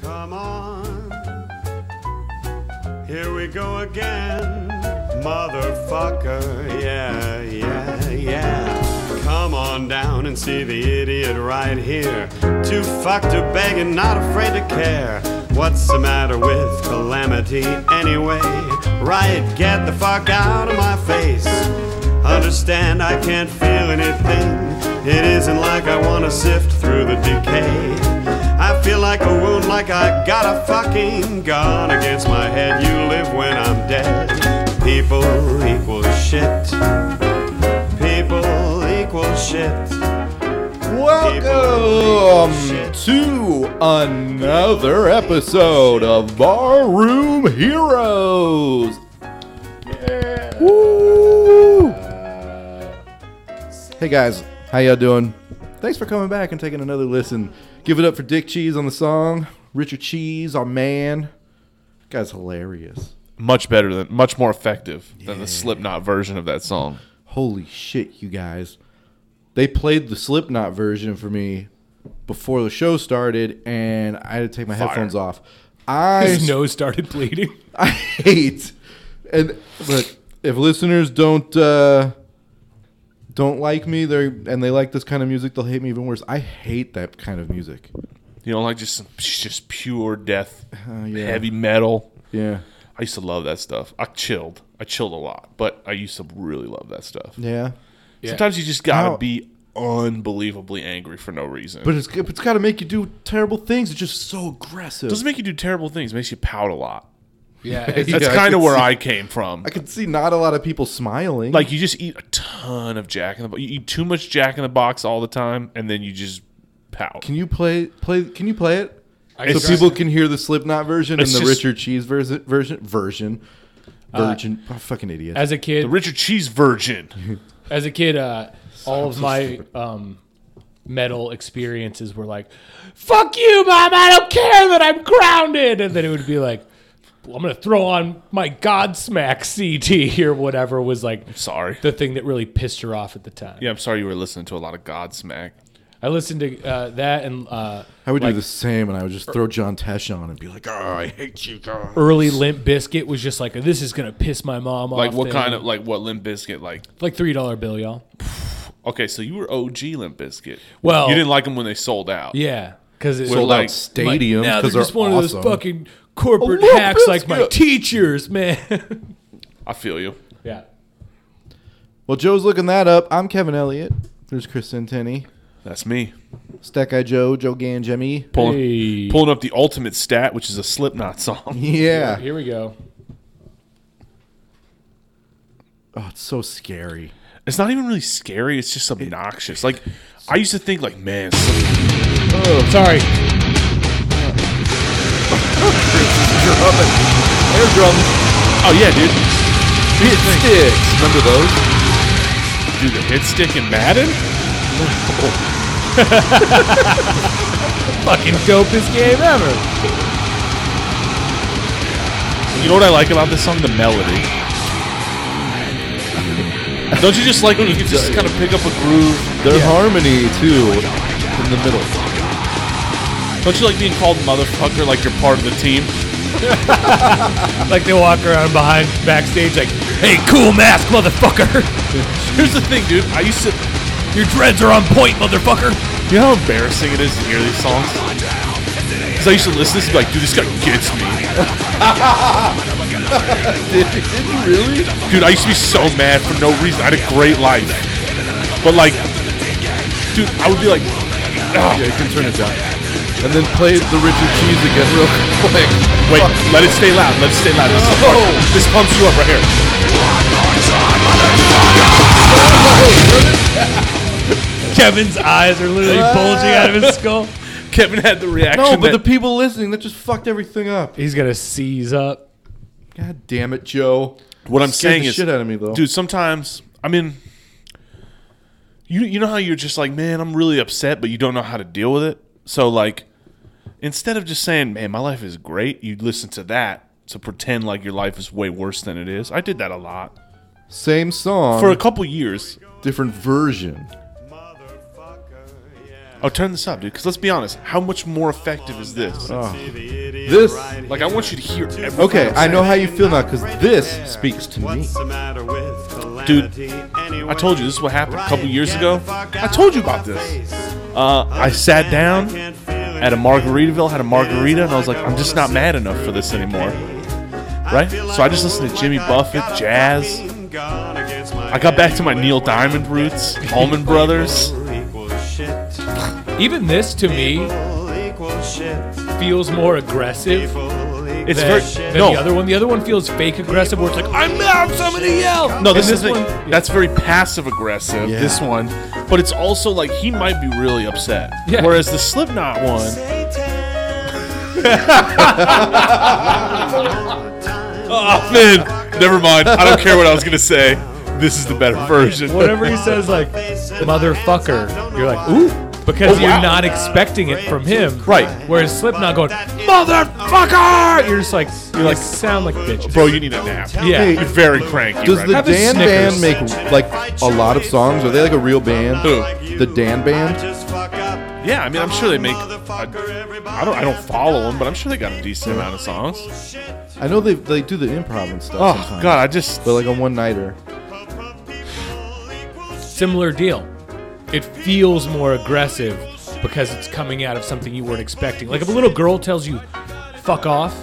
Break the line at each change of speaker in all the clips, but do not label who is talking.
come on. Here we go again, motherfucker. Yeah, yeah, yeah. Come on down and see the idiot right here. Too fucked to beg and not afraid to care. What's the matter with calamity anyway? Right, get the fuck out of my face. Understand I can't feel anything. It isn't like I wanna sift through the decay. I feel like a wound, like I got a fucking gun against my head. You live when I'm dead. People equal shit. People equal shit.
Welcome to another episode of Barroom Heroes. Woo! Hey guys, how y'all doing? Thanks for coming back and taking another listen. Give it up for Dick Cheese on the song, Richard Cheese, our man. Guy's hilarious.
much better than much more effective than the Slipknot version of that song.
Holy shit, you guys. They played the Slipknot version for me before the show started, and I had to take my headphones off. I
His nose started bleeding.
I hate. And look, if listeners don't uh, don't like me, they're and they like this kind of music, they'll hate me even worse. I hate that kind of music.
You know, like just just pure death,
Uh, yeah.
heavy metal.
Yeah,
I used to love that stuff. I chilled. I chilled a lot, but I used to really love that stuff.
yeah.
Sometimes you just gotta
Now-
be unbelievably angry for no reason.
But it's it's got to make you do terrible things. It's just so aggressive.
it doesn't make you do terrible things. It makes you pout a lot.
Yeah,
it's-
That's
Yeah, I
kind of
could
where
see-
I came from.
I can see not a lot of people smiling.
like you just eat a ton of Jack in the Box. You eat too much Jack in the Box all the time, and then you just pout.
can you play play? Can you play it?
I
so
guess-
people can hear the Slipknot version and
It's
the
just-
Richard Cheese version version version. Virgin, oh, fucking idiot.
as a
the
kid,
Richard Cheese Virgin.
as a kid, uh, all of my um, metal experiences were like, "Fuck you, mom! I don't care that I'm grounded." And then it would be like, "Well, "I'm gonna throw on my Godsmack CD or whatever." Was like
Sorry.
the thing that really pissed her off at the time.
Yeah, I'm sorry you were listening to a lot of Godsmack.
I listened to uh, that and uh,
I would
like-
do the same, and I would just throw John Tesh on and be like, "Oh, I hate you guys."
early Limp Biscuit was just like, "This is gonna piss my mom off."
Like what
thing.
kind of like what Limp Biscuit like?
like three dollar bill, y'all?
Okay, so you were OG Limp Biscuit.
Well-
you didn't like them when they sold out.
Yeah, because it's
sold
like-
out stadiums
Like, no,
because they're,
they're Oh, just one
awesome.
of those fucking corporate
A little
hacks like my
biscuit.
teachers, man.
I feel you.
yeah.
well, Joe's looking that up. I'm Kevin Elliott. There's Chris Centeni,
That's me
Stack Eye Joe, Joe Ganjemi.
pulling
Hey.
pulling up the ultimate stat, which is a Slipknot song.
Yeah.
Here we go.
Oh, it's so scary.
It's not even really scary. It's just obnoxious. Like I used to think, like man, Slip-
Oh,
Sorry.
Air drums,
oh yeah, dude,
hit sticks. Remember those?
dude, the hit stick in Madden.
Fucking dopest game ever.
You know what I like about this song? The melody. Don't you just like when you can just kind of pick up a groove?
Their harmony too, in the middle.
Don't you like being called motherfucker like you're part of the team?
Like they walk around behind backstage like, hey, cool mask, motherfucker.
Here's the thing, dude. I used to.
Your dreads are on point, motherfucker.
You know how embarrassing it is to hear these songs? Because I used to listen to this and be like, dude, this guy gets me.
Did, did you really?
Dude, I used to be so mad for no reason. I had a great life. But, like, dude, I would be like,
Yeah, you can turn it down. And then play the Richard Cheese again real quick.
wait, let it stay loud. Let it stay loud. This, is fun. this pumps you up right here.
Kevin's eyes are literally bulging out of his skull.
Kevin had the reaction.
No, but the
that-
people listening that just fucked everything up.
He's gonna seize up.
God damn it, Joe.
what I'm
Scared
saying
the
is,
shit out of me though.
dude, sometimes, I mean, you, you know how you're just like, man, I'm really upset, but you don't know how to deal with it? So, like, instead of just saying, "Man, my life is great," you listen to that to pretend like your life is way worse than it is. I did that a lot
same song
for a couple years.
different version.
Motherfucker, yeah.
Oh, turn this up, dude. Because let's be honest, how much more effective is this?
See the idiot
This-
Like, I want you to hear everything.
Okay, I know how you feel now, 'cause this speaks to me.
Dude, I told you this is what happened a couple years ago. I told you about this. Uh, I sat down at a Margaritaville, had a margarita, and I was like, I'm just not mad enough for this anymore. Right? So I just listened to Jimmy Buffett, jazz. I got back to my Neil Diamond roots, Allman Brothers.
Even this to me feels more aggressive
It's very
than, than
no,
the other one. The other one feels fake aggressive, where it's like I'm out, somebody yell.
no. This,
And
is
one-
that's very passive aggressive.
Yeah.
This one, but it's also like he might be really upset.
Yeah.
Whereas the Slipknot one, oh man, never mind. I don't care what I was gonna say. This is the better version.
whatever he says, like motherfucker, you're like ooh, because
Oh,
you're
wow.
not expecting it from him,
Right.
Whereas Slipknot going motherfucker, you're just like you like sound like bitches.
Bro, you need a nap.
Yeah.
Hey,
You're very cranky.
Does
right
the
now.
Have a
Dan
Snickers.
Band make like a lot of songs? Are they like a real band?
Who?
The Dan Band?
Yeah, I mean, I'm sure they make. I I don't. I don't follow them, but I'm sure they got a decent amount of songs.
I know they they do the improv and stuff.
Oh
sometimes,
God, I just.
But like a one nighter.
Similar deal. It feels more aggressive because it's coming out of something you weren't expecting. Like if a little girl tells you, "Fuck off,"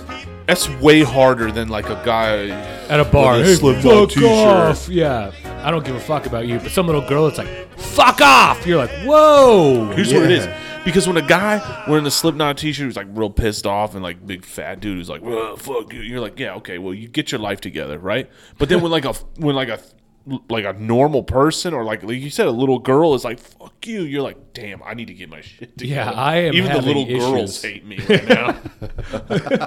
That's way harder than like a guy.
at a bar.
With a
Hey,
Slipknot
fuck
t-shirt."
off. Yeah. I don't give a fuck about you, but some little girl that's like, fuck off. You're like, whoa.
Here's what it is.
Yeah.
Because when a guy wearing a Slipknot t-shirt who's like real pissed off and like big fat dude who's like, "Well, fuck you," you're like, "Yeah, okay, well, you get your life together, right?" But then when like a when like a like a normal person or like like you said, a little girl is like, "Fuck you," you're like, "Damn, I need to get my shit together."
Yeah, I am
Even the
having
little girls
issues.
hate me right now.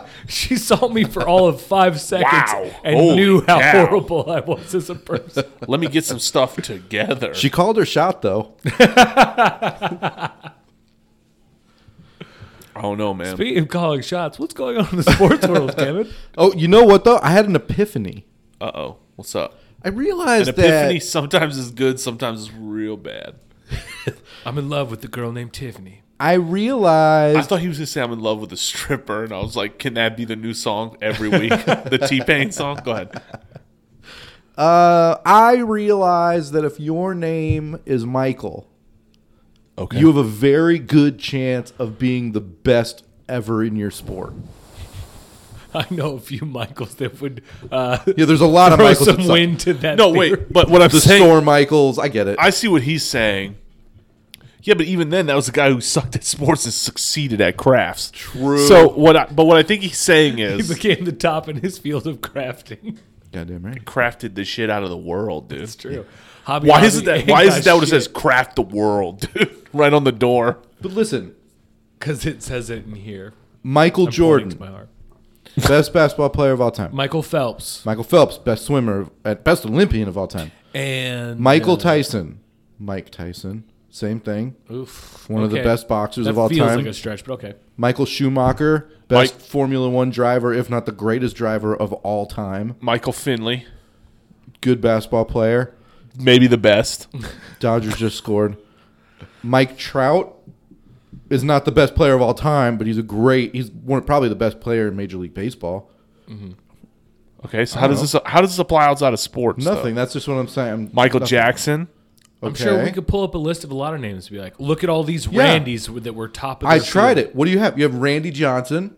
She saw me for all of five seconds
Wow.
and
Holy
knew how
cow.
horrible I was as a person.
Let me get some stuff together.
She called her shot though.
I don't know, man.
Speaking of calling shots, what's going on in the sports world, Kevin?
Oh, you know what though? I had an epiphany.
Uh oh, what's up?
I realized
An epiphany
that
sometimes is good, sometimes is real bad.
I'm in love with the girl named Tiffany.
I
I
realized
thought he was gonna say I'm in love with a stripper, and I was like, can that be the new song every week? the T Pain song. Go ahead.
uh, I realized that if your name is Michael,
Okay.
you have a very good chance of being the best ever in your sport.
I know a few Michaels that would uh,
Yeah, there's a lot of
throw
Michaels. that
some
suck.
wind to that.
no,
theory.
wait. But what I'm
The
saying,
Storm Michaels, I get it.
I see what he's saying. Yeah, but even then, that was the guy who sucked at sports and succeeded at crafts.
True.
So what? I, but what I think he's saying
He
is
became the top in his field of crafting.
Goddamn right.
crafted the shit out of the world, dude.
It's true. Hobby
Why
Lobby
isn't that?
ain't
Why
got
isn't that what it
shit.
says? Craft the world, dude. right on the door.
But listen,
Because it says it in here.
Michael
Pointing to
Jordan,
my heart.
best basketball player of all time.
Michael Phelps
Michael Phelps, best swimmer, at best Olympian of all time.
and
Michael
uh,
Tyson, Mike Tyson, same thing.
oof,
One of the
okay.
best boxers
That
of all
feels
time.
like a stretch, but okay.
Michael Schumacher, best
Mike-
Formula One driver, if not the greatest driver of all time.
Michael Finley,
Good basketball player.
maybe the best.
Dodgers just scored. Mike Trout is not the best player of all time, but he's a great. He's one, probably the best player in Major League Baseball.
Okay, so how does this how does this apply outside of sports? though?
Nothing. That's just what I'm saying. I'm-
Michael
nothing.
Jackson.
Okay.
I'm sure we could pull up a list of a lot of names and be like, look at all these
Yeah.
Randys that were top of
I
their
tried
field.
it. What do you have? You have Randy Johnson.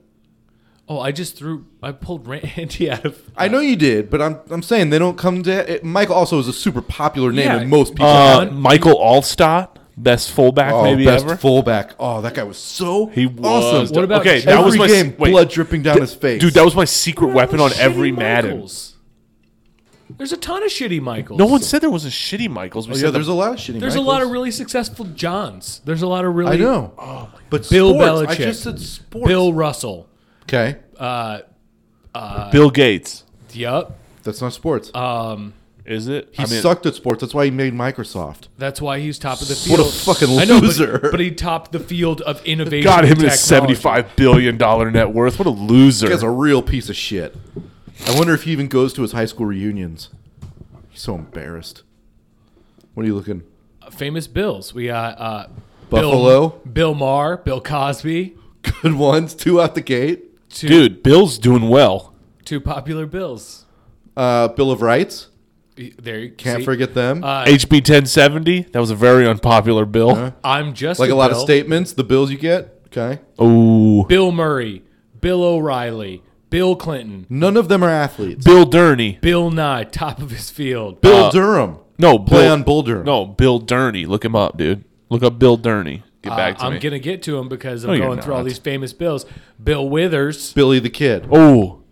Oh, I just threw, I pulled Randy out of.
I know you did, but I'm I'm saying they don't come to. It, Michael also is a super popular name,
Yeah.
and most people.
Uh,
John?
Michael Allstott, best fullback
oh,
maybe
best
ever.
fullback. Oh, that guy was so
he was.
awesome.
What about
okay?
Shaq?
That
Every
was my
game,
wait,
blood dripping down his face.
dude. That was my secret weapon on
Shitty
every Madden.
Michaels. There's a ton of shitty Michaels.
No one said there was a shitty Michaels. We
Oh,
said
yeah, there's
the-
a lot of shitty.
There's a lot of really successful Johns. There's a lot of
I
really.
know. Oh, but
Bill
sports, I
Belichick.
just said sports.
Bill Russell.
Okay,
Bill Gates.
Yup.
that's not sports.
Uh, Is it?
he sucked at sports. That's why he made Microsoft.
That's why he's top of the field.
What a fucking
I know, but-
loser.
But, he topped the field of innovation.
God, him
and
and his
technology.
seventy-five billion dollar net worth. What a
This guy's
loser!
a real piece of shit. I wonder if he even goes to his high school reunions. He's so embarrassed. What are you looking?
Famous Bills. We got uh,
Buffalo?
Bill, Bill Maher, Bill Cosby.
Good ones, two out the gate.
Two,
Dude, Bill's doing well.
two popular bills.
Uh, Bill of Rights.
Y- There you
Can't
see?
forget them.
Uh,
HB 1070, that was a very unpopular bill.
I'm just
like a lot of
bill.
statements, the bills you get. Okay.
Ooh.
Bill Murray, Bill O'Reilly, Bill Clinton,
None of them are athletes.
Bill Durney.
Bill Nye, top of his field.
Bill Durham.
No, Bill,
Play on Bull Durham.
No, Bill Durney. Look him up, dude. Look up Bill Durney. Get back
Uh,
to
I'm
me.
gonna get to him because I'm
No, you're
going through all
not.
these famous bills. Bill Withers,
Billy the Kid.
oh,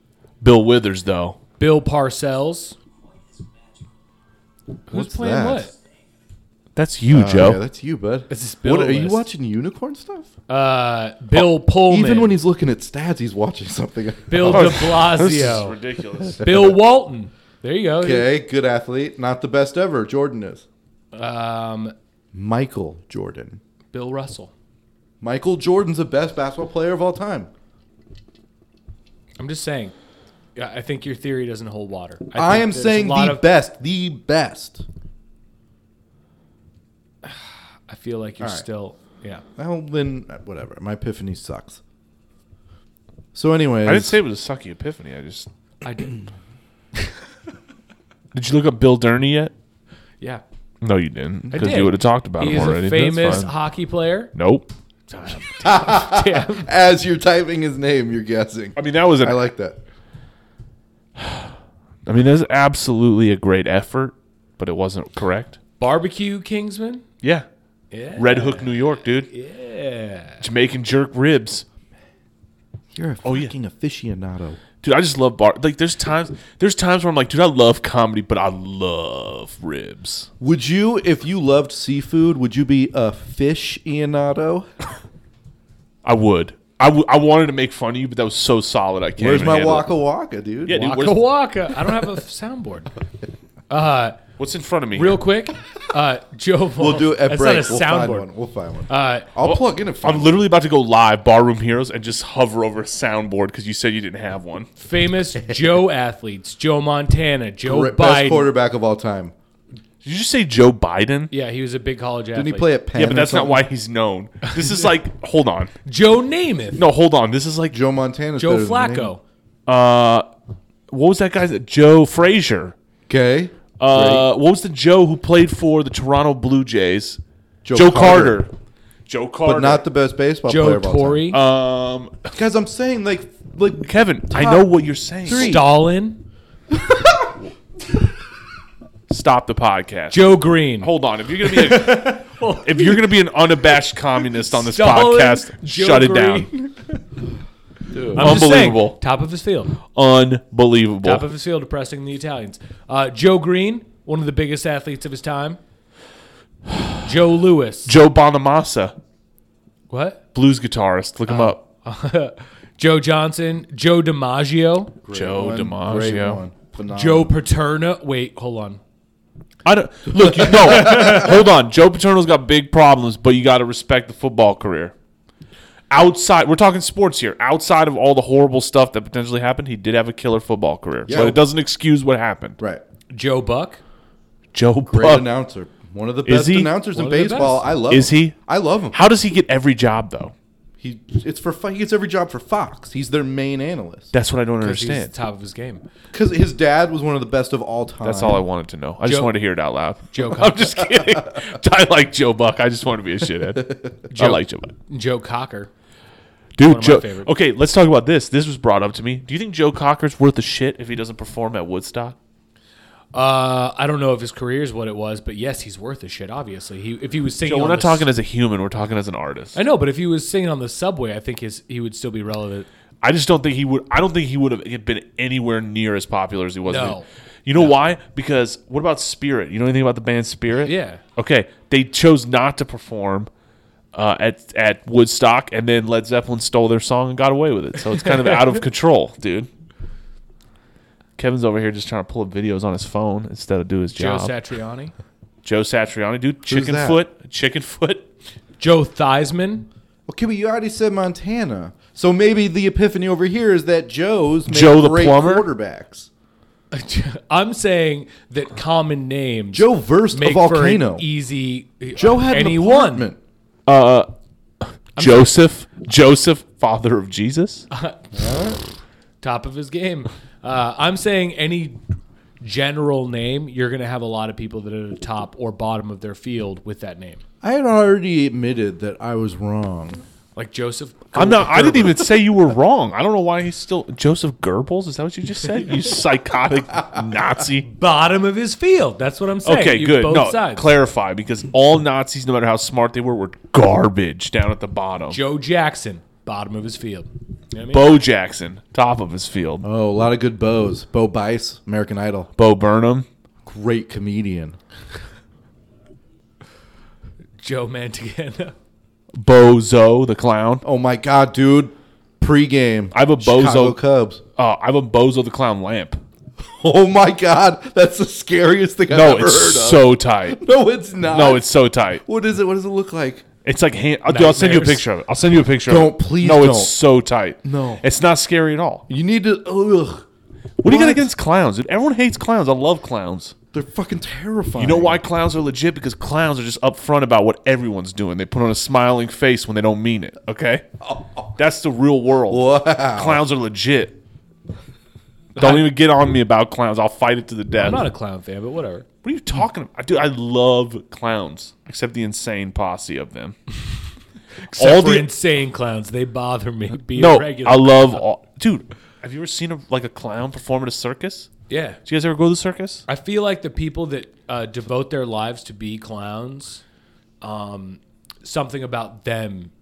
Bill Withers though.
Bill Parcells. Who's
What's
playing
that?
what?
That's you,
Uh,
Oh,
Joe.
yeah, that's you, bud.
This is Bill
What, are you
list.
watching unicorn stuff?
Uh, Bill Pullman.
Oh, Even when Oh, he's looking at stats, he's watching something.
Bill De Blasio,
ridiculous.
Bill Walton. There you go.
okay, good athlete. Not the best ever. Jordan is.
Um,
Michael Jordan.
Bill Russell.
Michael Jordan's the best basketball player of all time.
I'm just saying. Yeah, I think your theory doesn't hold
I,
water. think
am
there's
saying
a lot
the
of-
best. The best.
I feel like you're
All right.
still. Yeah.
Well, then, uh, whatever. My epiphany sucks. So, anyways.
I didn't say it was a sucky epiphany. I just
I did.
did. You look up Bill Durney yet?
Yeah.
No, you didn't,
I
because
did.
you would have talked about
He
him
is
already.
a famous
That's fine.
hockey player.
Nope.
Damn.
As you're typing his name, you're guessing.
I mean, that was an.
I
I,
like that.
mean, that's absolutely a great effort, but it wasn't correct.
Barbecue Kingsman.
Yeah.
Yeah.
Red Hook, New York, dude.
Yeah.
Jamaican jerk ribs.
You're a
yeah.
fucking aficionado.
Dude, I just love bar. Like, there's times, there's times where I'm like, dude, I love comedy, but I love ribs.
Would you, if you loved seafood, would you be a fish Ianato?
I would. I, w- I wanted to make fun of you, but that was so solid. I can't.
Where's
even
my
handle it.
waka waka, dude?
Yeah, dude.
Waka
where's-
waka. I don't have a soundboard. Uh,
What's in front of me?
real
here?
quick, uh, Joe.
We'll do it at
That's
break.
not a
we'll find
soundboard.
one. We'll find one.
Uh,
I'll plug in a
I'm literally about to go live, Barroom Heroes, and just hover over a soundboard because you said you didn't have one.
famous Joe athletes: Joe Montana, Joe
Best
Biden.
quarterback of all time.
Did you just say Joe Biden?
Yeah, he was a big college athlete.
Didn't he play at Penn?
Yeah, but
or
that's not
something?
why he's known. This is like, hold on.
Joe Namath,
No, hold on. This is like,
Joe Montana.
Joe Flacco,
uh, what was that guy's? Joe Frazier.
Okay.
Uh, what was the Joe who played for the Toronto Blue Jays? Joe, Carter. Joe Carter.
But not the best baseball player
Joe
of all time. Uh,
Torre,
Um,
Guys, I'm saying like like
Kevin, I know what you're saying.
Stalin,
Stop the podcast.
Joe Green,
Hold on. If you're gonna be a, if you're gonna be an unabashed communist on this
Stalin,
podcast,
Joe
shut it
Green.
down.
I'm just saying,
Unbelievable.
top of his field.
Oh.
Unbelievable.
Top of his field, oppressing the Italians. Uh, Joe Green, one of the biggest athletes of his time. Joe Lewis.
Joe Bonamassa,
What?
blues guitarist. Look him
Ah,
up.
Joe Johnson. Joe DiMaggio.
Joe
One great
DiMaggio.
one. Phenomenal.
Joe Paterna. Wait, hold on.
I don't look. You, no, hold on. Joe Paterno's got big problems, but you got to respect the football career. Outside, we're talking sports here. Outside of all the horrible stuff that potentially happened, he did have a killer football career, but it doesn't excuse what happened.
Right.
Joe Buck.
Joe
Great
Buck.
announcer. One of the best
he?
announcers in
One of the
baseball.
best.
I love
Is
him.
he?
I love him.
How does he get every job though?
He it's for Fo- he gets every job for Fox. He's their main analyst.
That's what I don't
He's at the
understand.
top of his game.
Because his dad was one of the best of all time.
That's all I wanted to know. I just
Joe-
wanted to hear it out loud.
Joe
I'm just kidding. I like Joe Buck. I just wanted to be a shithead. I like Joe Buck.
Joe Cocker.
Dude,
my
Joe.
favorite.
Okay, let's talk about this. This was brought up to me. Do you think Joe Cocker's worth a shit if he doesn't perform at Woodstock?
Uh, I don't know if his career is what it was, but yes, he's worth a shit. Obviously, he if he was singing.
Joe, we're
on
not
the
talking as a human. We're talking as an artist.
I know, but if he was singing on the subway, I think his he would still be relevant.
I just don't think he would. I don't think he would have been anywhere near as popular as he was.
No.
You know why? Because what about Spirit? You know anything about the band Spirit?
Yeah.
Okay, they chose not to perform uh, at at Woodstock, and then Led Zeppelin stole their song and got away with it. So it's kind of out of control, dude. Kevin's over here just trying to pull up videos on his phone instead of do his
Joe
job.
Satriani,
Joe Satriani, dude, chicken
that?
foot, chicken foot.
Joe Theismann,
Well, Kimmy, you already said Montana. So maybe the epiphany over here is that Joe's made
Joe the
great
plumber?
quarterbacks.
I'm saying that common names.
Joe versed a
make For
volcano.
e-
an easy. uh,
Joe had
any
an
one.
apartment.
Joseph, Joseph father of Jesus?
top of his game. Uh, I'm saying any general name, you're going to have a lot of people that are the top or bottom of their field with that name.
I had already admitted that I was wrong.
Like Joseph.
I'm not. I didn't even say you were wrong. I don't know why he's still Joseph Goebbels. Is that what you just said? You psychotic Nazi.
Bottom of his field. That's what I'm saying.
Okay,
You-
good.
Both
No,
sides.
clarify because all Nazis, no matter how smart they were, were garbage down at the bottom.
Joe Jackson, bottom of his field. You know what I mean?
Bo Jackson, top of his field.
Uh.
Oh, a lot of good bows. Bo Bice, American Idol,
Bo Burnham.
great comedian.
Joe Mantegna.
Bozo the clown.
Oh my god, dude! Pre-game,
I have a bozo-
Chicago Cubs.
Uh, I have a Bozo the clown lamp.
Oh my god, that's the scariest thing I've
No,
ever
it's
heard of.
so tight.
no, it's not.
No, it's so tight.
What is it? What does it look like?
It's like hand. I'll, I'll send you a
Nightmares.
picture of it. I'll send you a picture. of
Don't,
it.
please
No,
don't.
it's so tight.
No.
it's not scary at all.
You need to. Ugh,
What, do you
What?
got against clowns? Dude? Everyone hates clowns. I love clowns.
they're fucking terrifying.
You know why clowns are legit? Because clowns are just upfront about what everyone's doing. They put on a smiling face when they don't mean it. Okay, that's the real world.
Wow.
Clowns are legit. Don't even get on me about clowns. I'll fight it to the death.
I'm not a clown fan, but whatever.
What are you talking about? Dude, I love clowns, except the insane posse of them.
All
all
the
the
insane clowns, they bother me. Be
no,
regular.
I love all. Dude, have you ever seen a, like a clown perform at a circus?
yeah.
Do you guys ever go to the circus?
I feel like the people that uh, devote their lives to be clowns, um, something about them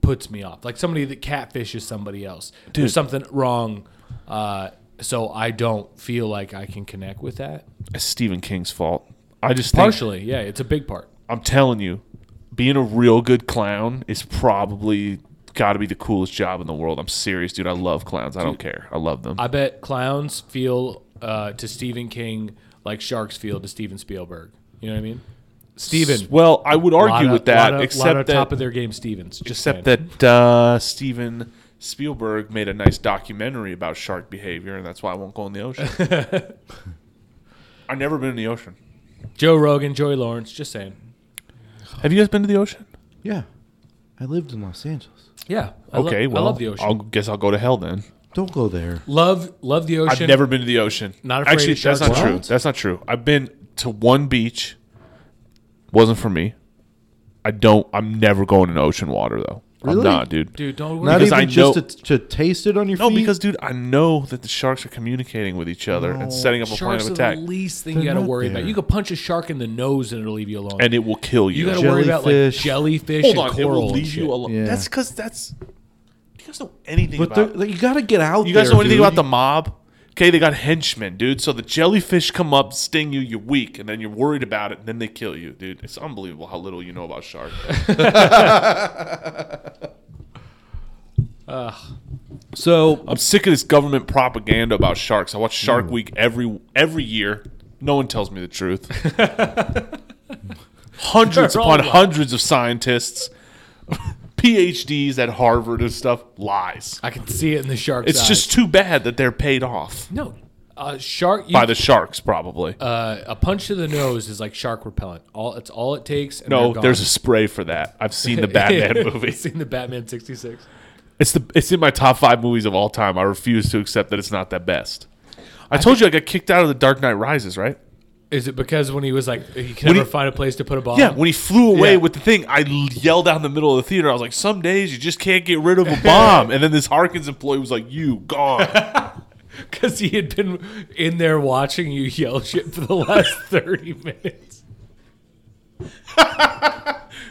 puts me off. Like somebody that catfishes somebody else. There's something wrong. Uh, so I don't feel like I can connect with that.
It's Stephen King's fault. I just think
Partially, yeah, it's a big part.
I'm telling you, being a real good clown is probably got to be the coolest job in the world. I'm serious, dude. I love clowns. I don't care. I love them.
I bet clowns feel uh, to Stephen King like sharks feel to Steven Spielberg. You know what I mean? Steven.
well, I would argue
lotta-
with that,
lotta-
except
lotta
that
top of their game, Stevens. Just
except
saying.
that uh, Steven Spielberg made a nice documentary about shark behavior, and that's why I won't go in the ocean. I've never been in the ocean.
Joe Rogan, Joey Lawrence. Just saying.
Have you guys been to the ocean?
Yeah, I lived in Los Angeles.
Yeah. I lo-
Okay, well,
I love the ocean.
I'll guess I'll go to hell then.
Don't go there.
Love love the ocean.
I've never been to the ocean.
Not afraid
Actually,
of
that's
sharks?
not true.
What?
That's not true. I've been to one beach. Wasn't for me. I don't. I'm never going in ocean water though.
Really?
I'm not, dude.
dude. Don't worry.
Not
Because
even
I
just
know-
to, to taste it on your
No,
feet.
because dude, I know that the sharks are communicating with each other and setting up a plan
Sharks
of
are
attack,
the least thing you
They're
got to
not
worry
there.
about. You could punch a shark in the nose and it'll leave you alone.
and it will kill you.
you got to worry about like
Jellyfish.
jellyfish
Hold
and
on, it
coral.
will
and
leave
shit.
you alone.
Yeah.
That's because that's you guys know anything
but
about.
they're- you gotta get out.
You guys
there,
know anything
dude.
about the mob? Okay, they got henchmen, dude. So the jellyfish come up, sting you, you're weak, and then you're worried about it, and then they kill you, dude. It's unbelievable how little you know about sharks.
So
I'm sick of this government propaganda about sharks. I watch Shark
Hmm.
Week every every year. No one tells me the truth. hundreds
They're all
upon
lying.
hundreds of scientists, PhDs at Harvard and stuff, lies.
I can see it in the shark's
It's
eyes.
just too bad that they're paid off
no. A shark you,
by the sharks, probably.
uh, a punch to the nose is like shark repellent. All it's all it takes. And
no,
they're gone.
there's a spray for that. I've seen the Batman movie.
Seen the Batman '66.
It's the it's in my top five movies of all time. I refuse to accept that it's not the best. I, Uh-huh. told you I got kicked out of the Dark Knight Rises, right?
Is it because when he was like, he can
When
never
he-
find a place to put a bomb?
Yeah, when he flew away
Yeah.
with the thing, I l- yelled out in the middle of the theater. I was like, "Some days you just can't get rid of a bomb." and then this Harkins employee was like, "You gone?"
because he had been in there watching you yell shit for the last thirty minutes.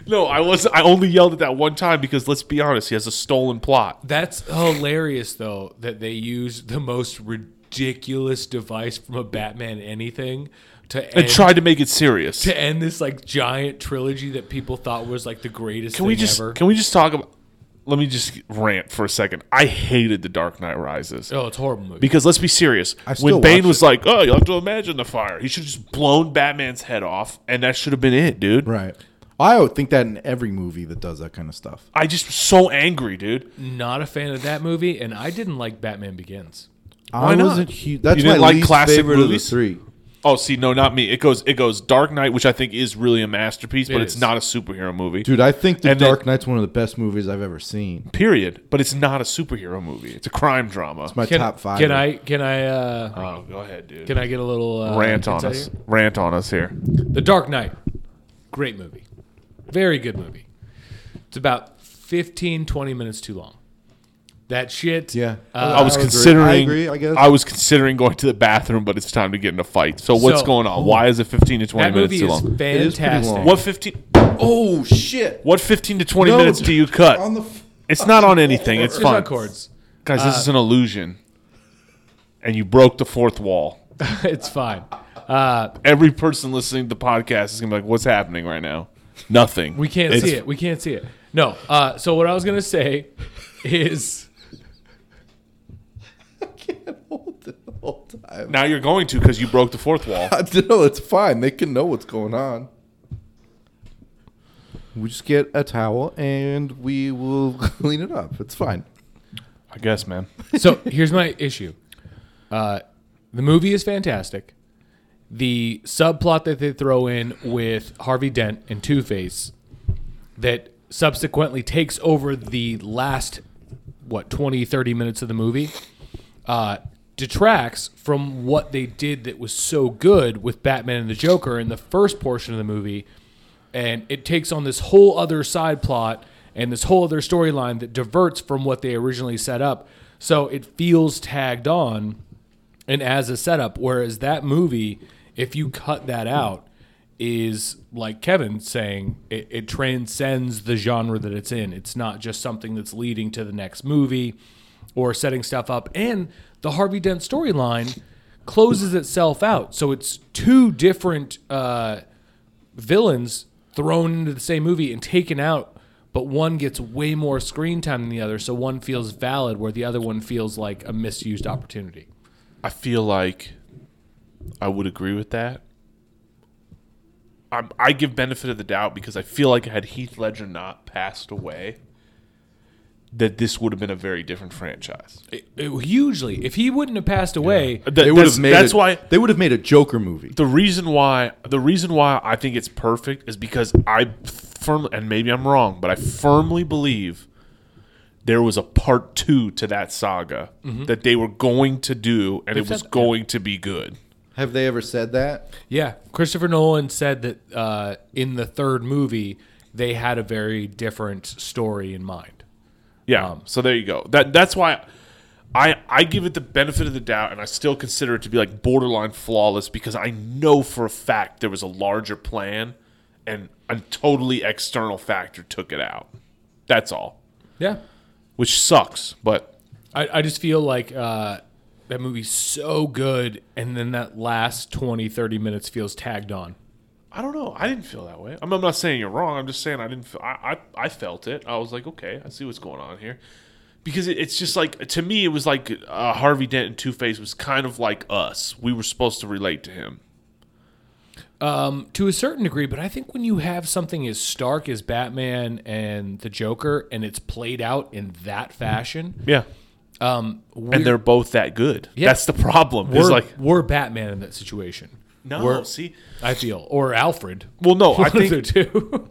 no, I was. I only yelled at that one time because let's be honest, he has a stolen plot.
That's hilarious, though, that they use the most ridiculous device from a Batman anything to
And,
end,
tried to make it serious.
to end this like giant trilogy that people thought was like the greatest
Can
thing
we just
ever.
can we just talk about? Let me just rant for a second. I hated the Dark Knight Rises.
oh, it's a horrible movie.
Because let's be serious.
still
When Bane
watch
was like, "Oh, you have to imagine the fire," he should have just blown Batman's head off, and that should have been it, dude.
right, I would think that in every movie that does that kind of stuff.
I just was so angry, dude.
Not a fan of that movie, and I didn't like Batman Begins.
I
not?
wasn't huge. That's
You
my
didn't like
least
classic
favorite
movies?
of the three.
Oh, see, no, not me. It goes, it goes. Dark Knight, which I think is really a masterpiece, but
It
it's
is.
not a superhero movie.
Dude, I think The
And then-
Dark Knight's one of the best movies I've ever seen.
Period. But it's not a superhero movie. It's a crime drama.
My
Can,
top five.
Can I? Can I? Uh,
oh, go ahead, dude.
Can I get a little uh,
rant on
insight
us?
here?
Rant on us here.
The Dark Knight. Great movie. Very good movie. It's about 15, 20 minutes too long. That shit.
Yeah.
Uh,
I
I was
would agree.
considering.
I agree, I guess.
I was considering going to the bathroom, but it's time to get in a fight. So what's
So-
going on? Why is it fifteen to twenty
that
minutes
movie
too
is
long?
is pretty
fantastic.
long.
What fifteen?
Oh shit!
What fifteen to twenty
No,
minutes do you cut?
On the f-
it's not on anything. It's
It's
fine,
on chords.
guys. This is an illusion, and you broke the fourth wall.
it's fine.
Every person listening to the podcast is gonna be like, "What's happening right now?" Nothing.
We can't
It's-
see it. We can't see it. No. Uh, so what I was gonna say is
can't hold it the whole time.
Now you're going to because you broke the fourth wall.
No, it's fine. They can know what's going on. We just get a towel and we will clean it up. It's fine.
I guess, man.
so here's my issue. Uh, the movie is fantastic. The subplot that they throw in with Harvey Dent and Two Face that subsequently takes over the last, what, 20, 30 minutes of the movie uh, detracts from what they did that was so good with Batman and the Joker in the first portion of the movie. And it takes on this whole other side plot and this whole other storyline that diverts from what they originally set up. So it feels tagged on and as a setup. Whereas that movie, if you cut that out, is like Kevin saying, it, it transcends the genre that it's in. It's not just something that's leading to the next movie or setting stuff up. And the Harvey Dent storyline closes itself out. So it's two different uh, villains thrown into the same movie and taken out. But one gets way more screen time than the other, so one feels valid where the other one feels like a misused opportunity.
I feel like I would agree with that. I'm, I give benefit of the doubt because I feel like had Heath Ledger not passed away, that this would have been a very different franchise.
It- it- hugely. If he wouldn't have passed away,
Th-
They would
that's-
have made.
That's
it-
why
they would have made a Joker movie.
the reason why the reason why I think it's perfect is because I firmly and maybe I'm wrong, but I firmly believe there was a part two to that saga that they were going to do, and it was
said-
going to be good.
Have they ever said that?
yeah, Christopher Nolan said that uh, in the third movie they had a very different story in mind.
Yeah. so there you go. That that's why I I give it the benefit of the doubt, and I still consider it to be like borderline flawless because I know for a fact there was a larger plan, and a totally external factor took it out. That's all,
Yeah,
which sucks. But
I, I just feel like uh, that movie's so good, and then that last 20, 30 minutes feels tagged on.
I don't know. I didn't feel that way. I'm, I'm not saying you're wrong. I'm just saying I didn't. Feel, I, I I felt it. I was like, okay, I see what's going on here, because it, it's just like to me, it was like uh, Harvey Dent and Two Face was kind of like us. We were supposed to relate to him.
to a certain degree, but I think when you have something as stark as Batman and the Joker, and it's played out in that fashion,
Yeah.
um, we're,
and they're both that good.
Yeah.
That's the problem.
we're
It's like
we're Batman in that situation.
no,
we're-
see,
I feel, or Alfred.
well, no, I
One of the
think,
two.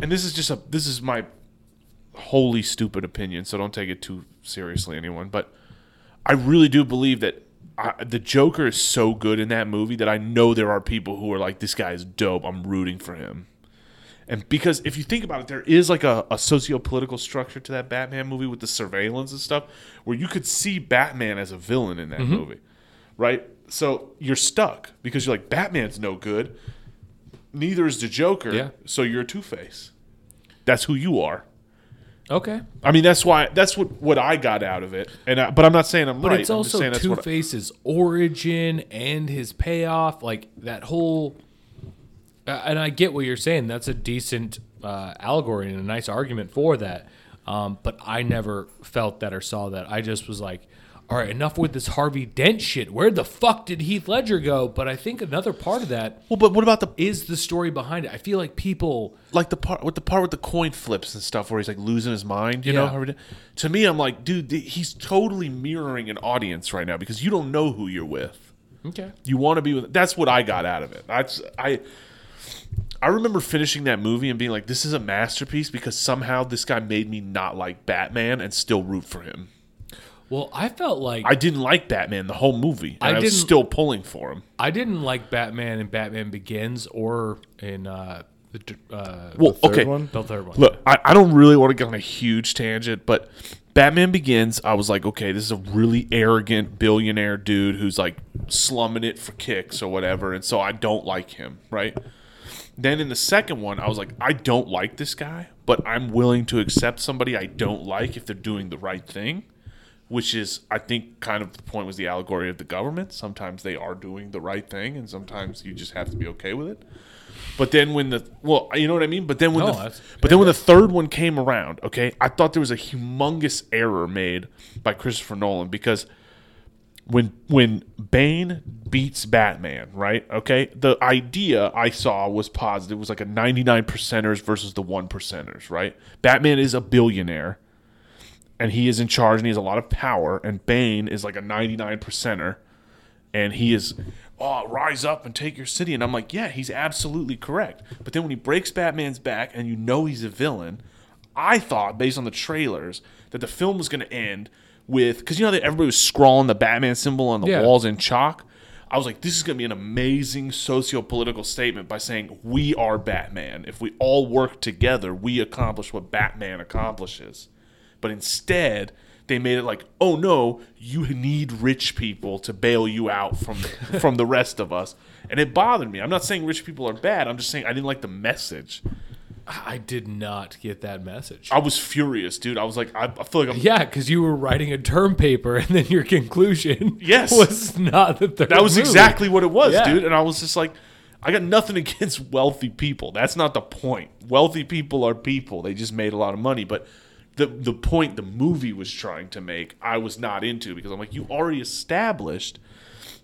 and this is just a this is my wholly stupid opinion, so don't take it too seriously, anyone. But I really do believe that I, the Joker is so good in that movie that I know there are people who are like, "This guy is dope. I'm rooting for him." And because if you think about it, there is like a, a socio-political structure to that Batman movie with the surveillance and stuff, where you could see Batman as a villain in that movie, right? So you're stuck because you're like, Batman's no good. Neither is the Joker.
Yeah.
So you're a Two Face. That's who you are.
okay,
I mean, that's why that's what what I got out of it. And I, but I'm not saying I'm
but
right.
it's
I'm just
also
saying that's
Two
what I-
Face's origin and his payoff, like that whole. Uh, and I get what you're saying. That's a decent uh, allegory and a nice argument for that. Um, but I never felt that or saw that. I just was like, all right, enough with this Harvey Dent shit. Where the fuck did Heath Ledger go? But I think another part of that
well, but what about the
is the story behind it. I feel like people.
like the part with the part with the coin flips and stuff where he's like losing his mind, you
Yeah.
know. how it- To me, I'm like, dude, th- he's totally mirroring an audience right now because you don't know who you're with.
Okay.
You want to be with. That's what I got out of it. That's I. I remember finishing that movie and being like, "This is a masterpiece," because somehow this guy made me not like Batman and still root for him.
Well, I felt like
I didn't like Batman the whole movie. And I,
I
was
didn't-
still pulling for him.
I didn't like Batman in Batman Begins or in uh, the d- uh,
Well,
third
okay.
one?
the third one.
Look, I, I don't really want to go on a huge tangent, but Batman Begins, I was like, okay, this is a really arrogant billionaire dude who's like slumming it for kicks or whatever, and so I don't like him, right? Then in the second one, I was like, I don't like this guy, but I'm willing to accept somebody I don't like if they're doing the right thing, which is, I think, kind of the point was the allegory of the government. Sometimes they are doing the right thing, and sometimes you just have to be okay with it. But then when the well, you know what I mean. But then when
No,
the
that's-
but then when the third one came around, okay, I thought there was a humongous error made by Christopher Nolan because when when Bane beats Batman, right? Okay, the idea I saw was positive. It was like a ninety nine percenters versus the one percenters, right? Batman is a billionaire, and he is in charge, and he has a lot of power. And Bane is like a ninety nine percenter, and he is, oh, rise up and take your city. And I'm like, yeah, he's absolutely correct. But then when he breaks Batman's back, and you know he's a villain, I thought based on the trailers that the film was going to end with because you know that everybody was scrawling the Batman symbol on the
Yeah.
walls in chalk. I was like, this is going to be an amazing socio-political statement by saying we are Batman. If we all work together, we accomplish what Batman accomplishes. But instead, they made it like, oh no, you need rich people to bail you out from from the rest of us. And it bothered me. I'm not saying rich people are bad. I'm just saying I didn't like the message.
I did not get that message.
I was furious, dude. I was like, I, I feel like I'm.
Yeah, because you were writing a term paper, and then your conclusion
Yes.
was not the third.
That was
movie.
exactly what it was,
Yeah.
dude. And I was just like, I got nothing against wealthy people. That's not the point. Wealthy people are people. They just made a lot of money, but the the point the movie was trying to make, I was not into because I'm like, you already established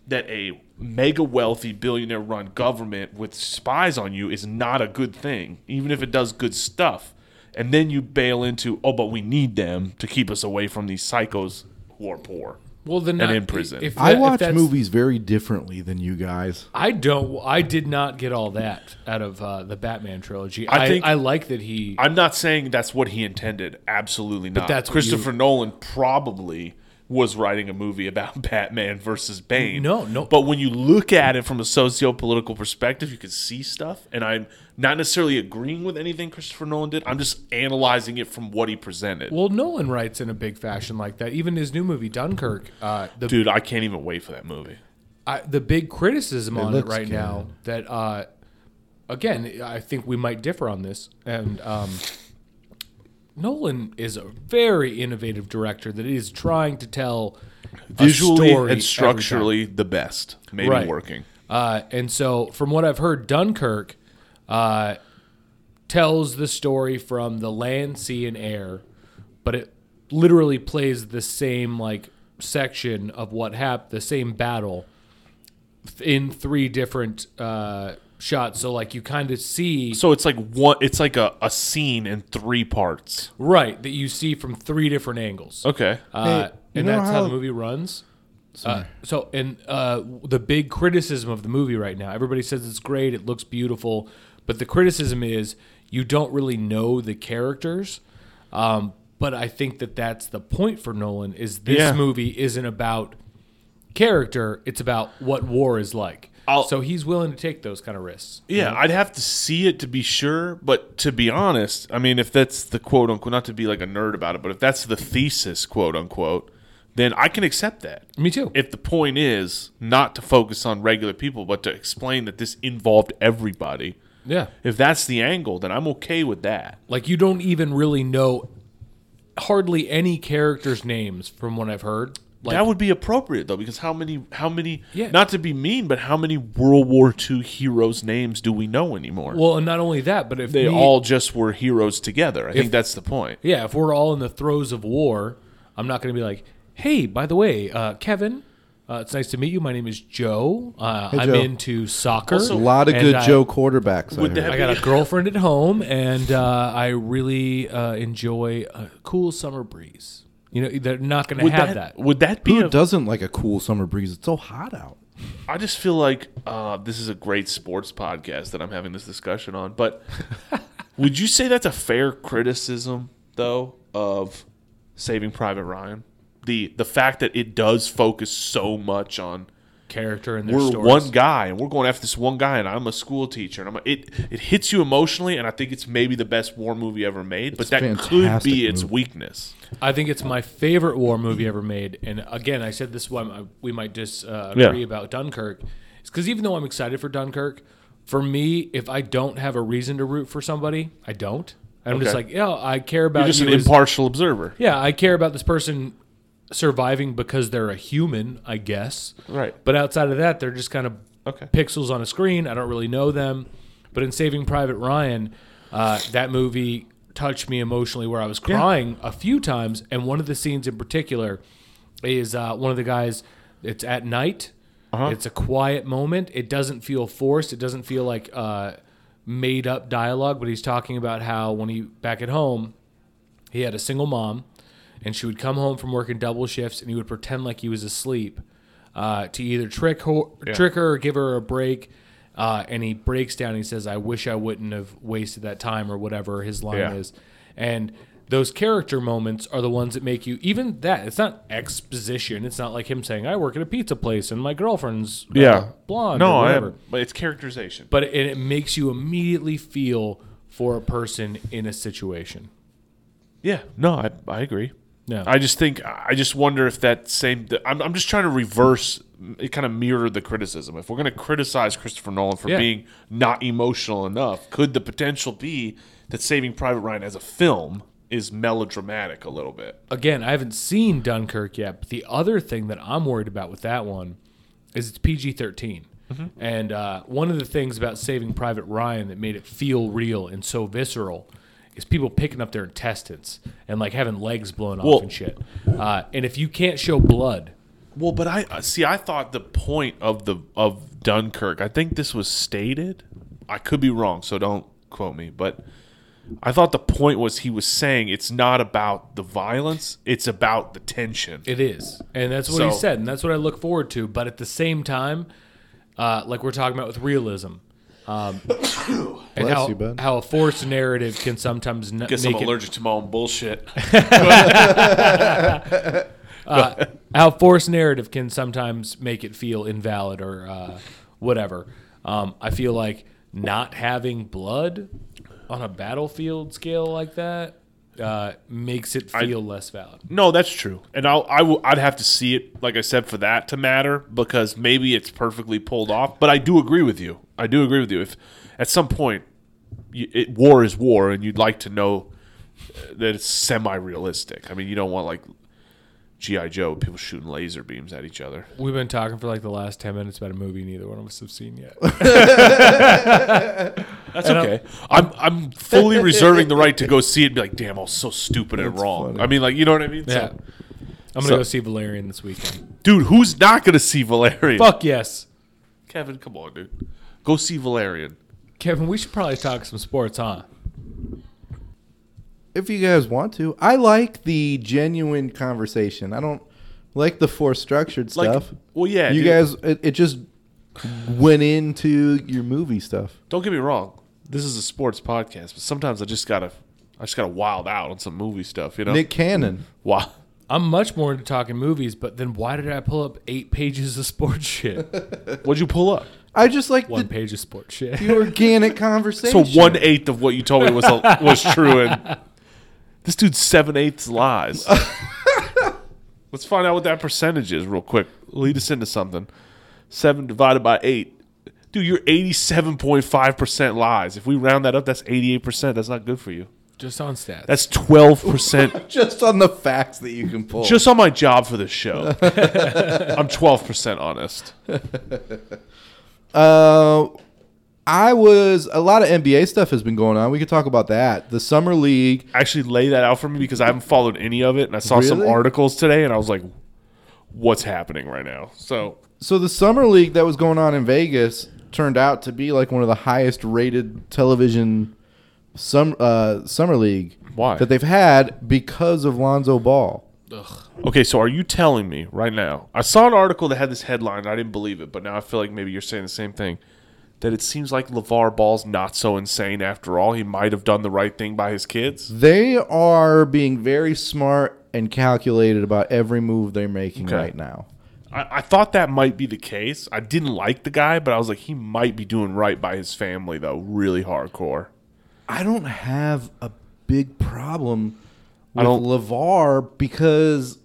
that a mega wealthy billionaire run government with spies on you is not a good thing, even if it does good stuff. And then you bail into, oh, but we need them to keep us away from these psychos who are poor.
Well, then
And
I-
in prison.
If
I
that- if
watch
that's-
movies very differently than you guys.
I don't. I did not get all that out of uh, the Batman trilogy.
I
I,
think-
I, like that he.
I'm not saying that's what he intended. Absolutely not.
that's what
Christopher Nolan probably was writing a movie about Batman versus Bane.
No, no.
But when you look at it from a socio-political perspective, you can see stuff, and I'm not necessarily agreeing with anything Christopher Nolan did. I'm just analyzing it from what he presented.
well, Nolan writes in a big fashion like that. Even his new movie Dunkirk, uh, the
Dude, I can't even wait for that movie.
I, the big criticism on it
looks
right
good.
now that uh, again I think we might differ on this and um, Nolan is a very innovative director that is trying to tell a
Visually
story every
and
time.
structurally, the best. Maybe
Right.
working.
Uh, and so from what I've heard, Dunkirk uh, tells the story from the land, sea, and air, but it literally plays the same like section of what happened, the same battle in three different uh, shots. So like you kind of see
So it's like one. It's like a, a scene in three parts.
right that you see from three different angles.
Okay.
Uh,
Hey, you
and
know
that's how, the
how-
movie runs. Uh, so, and uh, the big criticism of the movie right now, everybody says it's great, it looks beautiful, but the criticism is you don't really know the characters. Um, but I think that that's the point for Nolan is this
Yeah.
movie isn't about character; it's about what war is like.
I'll-
so he's willing to take those kind of risks.
Yeah, I'd have to see it to be sure. But to be honest, I mean, if that's the quote unquote, not to be like a nerd about it, but if that's the thesis, quote unquote, then I can accept that.
Me too.
If the point is not to focus on regular people, but to explain that this involved everybody,
yeah,
if that's the angle, then I'm okay with that.
Like you don't even really know hardly any characters' names from what I've heard. Like
that would be appropriate though, because how many, how many,
Yeah.
not to be mean, but how many World War II heroes' names do we know anymore?
well, and not only that, but if
they
we-
all just were heroes together. I think that's the point.
yeah, if we're all in the throes of war, I'm not going to be like, hey, by the way, uh, Kevin. Uh, it's nice to meet you. My name is Joe. Uh, I'm
Joe.
into soccer.
A lot of
and
good
I-
Joe quarterbacks. I
Would
heard.
that-
I got a girlfriend at home, and uh, I really uh, enjoy a cool summer breeze. You know, they're not going to
Would
have
that,
that.
would that be
Who
a
doesn't like a cool summer breeze? It's so hot out.
I just feel like uh, this is a great sports podcast that I'm having this discussion on. But would you say that's a fair criticism, though, of Saving Private Ryan? The the fact that it does focus so much on
character in their
we're
stories.
one guy and we're going after this one guy, and I'm a school teacher, and I'm a, it it hits you emotionally, and I think it's maybe the best war movie ever made. but that could
fantastic
be its
movie.
weakness.
I think it's my favorite war movie ever made. And again, I said this one I- we might dis uh, agree
Yeah.
about Dunkirk, is because even though I'm excited for Dunkirk, for me, if I don't have a reason to root for somebody, I don't. I'm just
Okay.
like, yeah, I care about
You're just
you
an
as-
impartial observer,
yeah, I care about this person surviving because they're a human, I guess.
right?
But outside of that, they're just kind of
Okay.
pixels on a screen. I don't really know them. But in Saving Private Ryan, uh, that movie touched me emotionally where I was crying a few times. And one of the scenes in particular is uh, one of the guys, it's at night.
Uh-huh.
It's a quiet moment. It doesn't feel forced. It doesn't feel like uh, made up dialogue. But he's talking about how when he back at home, he had a single mom, and she would come home from working double shifts, and he would pretend like he was asleep uh, to either trick her, trick her or give her a break. Uh, and he breaks down. And he says, "I wish I wouldn't have wasted that time," or whatever his line
Yeah.
is. And those character moments are the ones that make you even that. It's not exposition. It's not like him saying, "I work at a pizza place and my girlfriend's uh,
Yeah.
blonde."
No,
or
I
whatever
am, but it's characterization.
but it, it makes you immediately feel for a person in a situation.
Yeah, no, I, I agree.
Yeah.
I just think I just wonder if that same. I'm, I'm just trying to reverse, it kind of mirror the criticism. If we're going to criticize Christopher Nolan for
Yeah.
being not emotional enough, could the potential be that Saving Private Ryan as a film is melodramatic a little bit?
Again, I haven't seen Dunkirk yet, but the other thing that I'm worried about with that one is it's PG 13.
Mm-hmm.
And uh, one of the things about Saving Private Ryan that made it feel real and so visceral is people picking up their intestines and like having legs blown off
Well-
and shit. Uh, and if you can't show blood,
Well, but I uh, see. I thought the point of the of Dunkirk. I think this was stated. I could be wrong, so don't quote me. But I thought the point was he was saying it's not about the violence; it's about the tension.
It is, and that's what he
So-
said, and that's what I look forward to. But at the same time, uh, like we're talking about with realism, um, and
Bless
how,
you, bud.
how a forced narrative can sometimes n-
Guess
make
I'm
it-
allergic to my own bullshit.
how forced narrative can sometimes make it feel invalid or uh, whatever. Um, I feel like not having blood on a battlefield scale like that uh, makes it feel less valid.
no, that's true, and I'll I will, I'd have to see it, like I said, for that to matter because maybe it's perfectly pulled off. But I do agree with you. I do agree with you. If at some point, you, it, war is war, and you'd like to know uh, that it's semi-realistic. I mean, you don't want like GI Joe people shooting laser beams at each other.
We've been talking for like the last ten minutes about a movie neither one of us have seen yet.
That's okay. I'm I'm fully reserving the right to go see it. and Be like, damn, I was so stupid and wrong. I mean, like, you know what I mean? So-
Yeah. I'm gonna
So-
go see Valerian this weekend.
dude, who's not gonna see Valerian?
Fuck yes,
Kevin, come on, dude. Go see Valerian.
Kevin. We should probably talk some sports, huh?
if you guys want to. I like the genuine conversation. I don't like the forced structured
Like,
stuff.
well, yeah,
you
dude.
guys, it, it just went into your movie stuff.
Don't get me wrong. This is a sports podcast, but sometimes I just gotta, I just gotta wild out on some movie stuff, you know?
Nick Cannon.
wow.
I'm much more into talking movies, but then why did I pull up eight pages of sports shit?
What'd you pull up?
I just like
One
the,
page of sports shit.
the organic conversation.
So one eighth of what you told me was a, was true, and this dude's seven eighths lies. Let's find out what that percentage is real quick. Lead us into something. Seven divided by eight, dude. You're eighty-seven point five percent lies. If we round that up, that's eighty-eight percent. That's not good for you.
Just on stats.
That's twelve percent
just on the facts that you can pull.
just on my job for this show. I'm 12% honest.
Uh, I was a lot of NBA stuff has been going on. We could talk about that. The summer league.
Actually, lay that out for me because I haven't followed any of it. And I saw some
Really?
articles today and I was like, what's happening right now? So,
So the summer league that was going on in Vegas turned out to be like one of the highest rated television sum, uh, summer league
Why?
that they've had because of Lonzo Ball.
Okay, so are you telling me right now? I saw an article that had this headline. and I didn't believe it, but now I feel like maybe you're saying the same thing. That it seems like LeVar Ball's not so insane after all. He might have done the right thing by his kids.
They are being very smart and calculated about every move they're making
Okay.
right now.
I, I thought that might be the case. I didn't like the guy, but I was like, he might be doing right by his family, though, really hardcore.
I don't have a big problem
I
with
don't-
LeVar because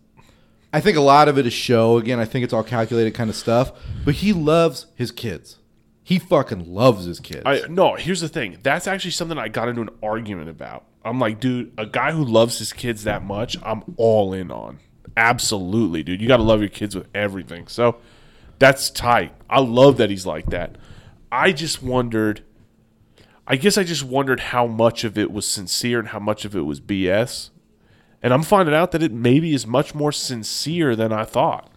I think a lot of it is show. Again, I think it's all calculated kind of stuff. But he loves his kids. He fucking loves his kids.
I no, here's the thing. That's actually something I got into an argument about. I'm like, dude, a guy who loves his kids that much, I'm all in on. Absolutely, dude. You got to love your kids with everything. So that's tight. I love that he's like that. I just wondered I guess I just wondered how much of it was sincere and how much of it was BS. And I'm finding out that it maybe is much more sincere than I thought.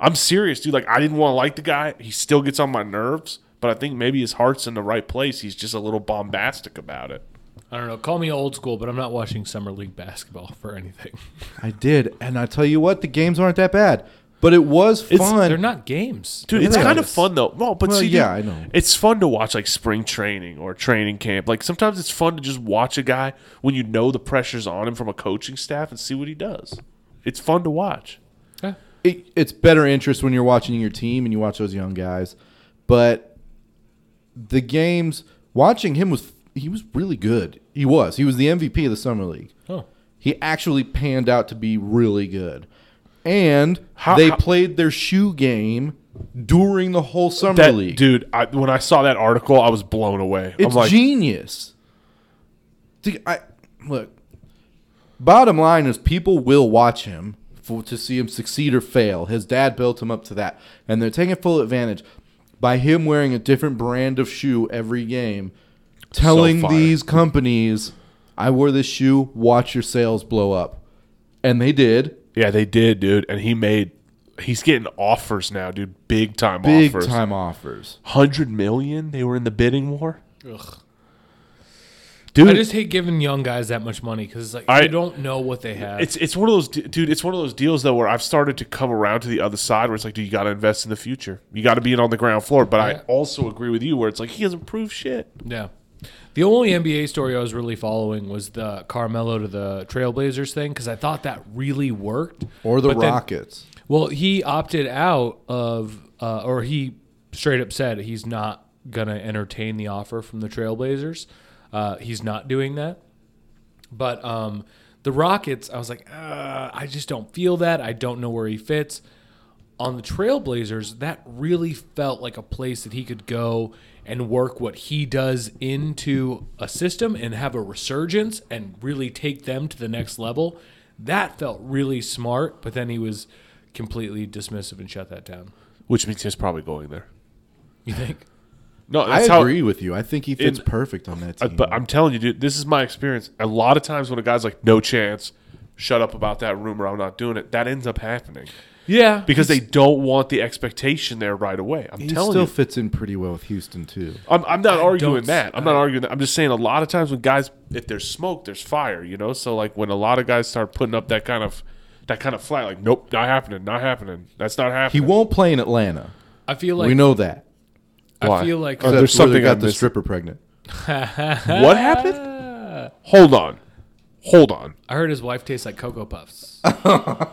I'm serious, dude. Like I didn't want to like the guy. He still gets on my nerves, but I think maybe his heart's in the right place. He's just a little bombastic about it.
I don't know. Call me old school, but I'm not watching summer league basketball for anything.
I did, and I tell you what, the games aren't that bad. But it was fun.
They're not games.
Dude, it's
Yeah.
kind of fun though. Well, but
Well,
see, dude,
yeah, I know.
It's fun to watch like spring training or training camp. Like sometimes it's fun to just watch a guy when you know the pressure's on him from a coaching staff and see what he does. It's fun to watch.
Yeah.
it, it's better interest when you're watching your team and you watch those young guys. But the games, watching him was he was really good. He was. He was the MVP of the summer league.
Oh.
He actually panned out to be really good. And
How-
they
how-
played their shoe game during the whole summer
That
league.
dude, I, when I saw that article, I was blown away.
It's
I'm like,
genius. Dude, I look. Bottom line is, people will watch him for, to see him succeed or fail. His dad built him up to that, and they're taking full advantage by him wearing a different brand of shoe every game, telling
fire.
these companies, "I wore this shoe. Watch your sales blow up," and they did.
yeah, they did, dude. And he made. He's getting offers now, dude. Big time
Big
offers.
time offers.
hundred million. They were in the bidding war,
Ugh.
dude.
I just hate giving young guys that much money because it's like
I-
you don't know what they have.
it's it's one of those dude. It's one of those deals though where I've started to come around to the other side where it's like, dude, you got to invest in the future. You got to be in on the ground floor. But I
Yeah.
also agree with you where it's like he hasn't proved shit.
yeah. The only NBA story I was really following was the Carmelo to the Trailblazers thing because I thought that really worked.
Or the
But then-
Rockets.
well, he opted out of, uh, or he straight up said he's not going to entertain the offer from the Trailblazers. Uh, he's not doing that. But um, the Rockets, I was like, uh, I just don't feel that. I don't know where he fits. On the Trailblazers, that really felt like a place that he could go and work what he does into a system and have a resurgence and really take them to the next level. That felt really smart, but then he was completely dismissive and shut that down.
Which means he's probably going there.
You think?
No,
I
that's how.
agree with you. I think he fits
It-
perfect on that
I-
team.
but I'm telling you, dude, this is my experience. A lot of times when a guy's like, no chance, shut up about that rumor, I'm not doing it, that ends up happening.
Yeah.
Because they don't want the expectation there right away. I'm
he
telling
still
you.
fits in pretty well with Houston too.
I'm, I'm not arguing
don't-
that. I'm not arguing that. I'm just saying a lot of times when guys, if there's smoke, there's fire, you know? So, like, when a lot of guys start putting up that kind of. That kind of flag, like, nope, not happening, not happening. That's not
He
happening.
won't play in Atlanta.
I feel like
we know that.
Why?
I feel like
Oh, there's
That's where they
something I
got the
missed.
stripper pregnant.
What happened? Hold on, hold on.
I heard his wife tastes like cocoa puffs. no,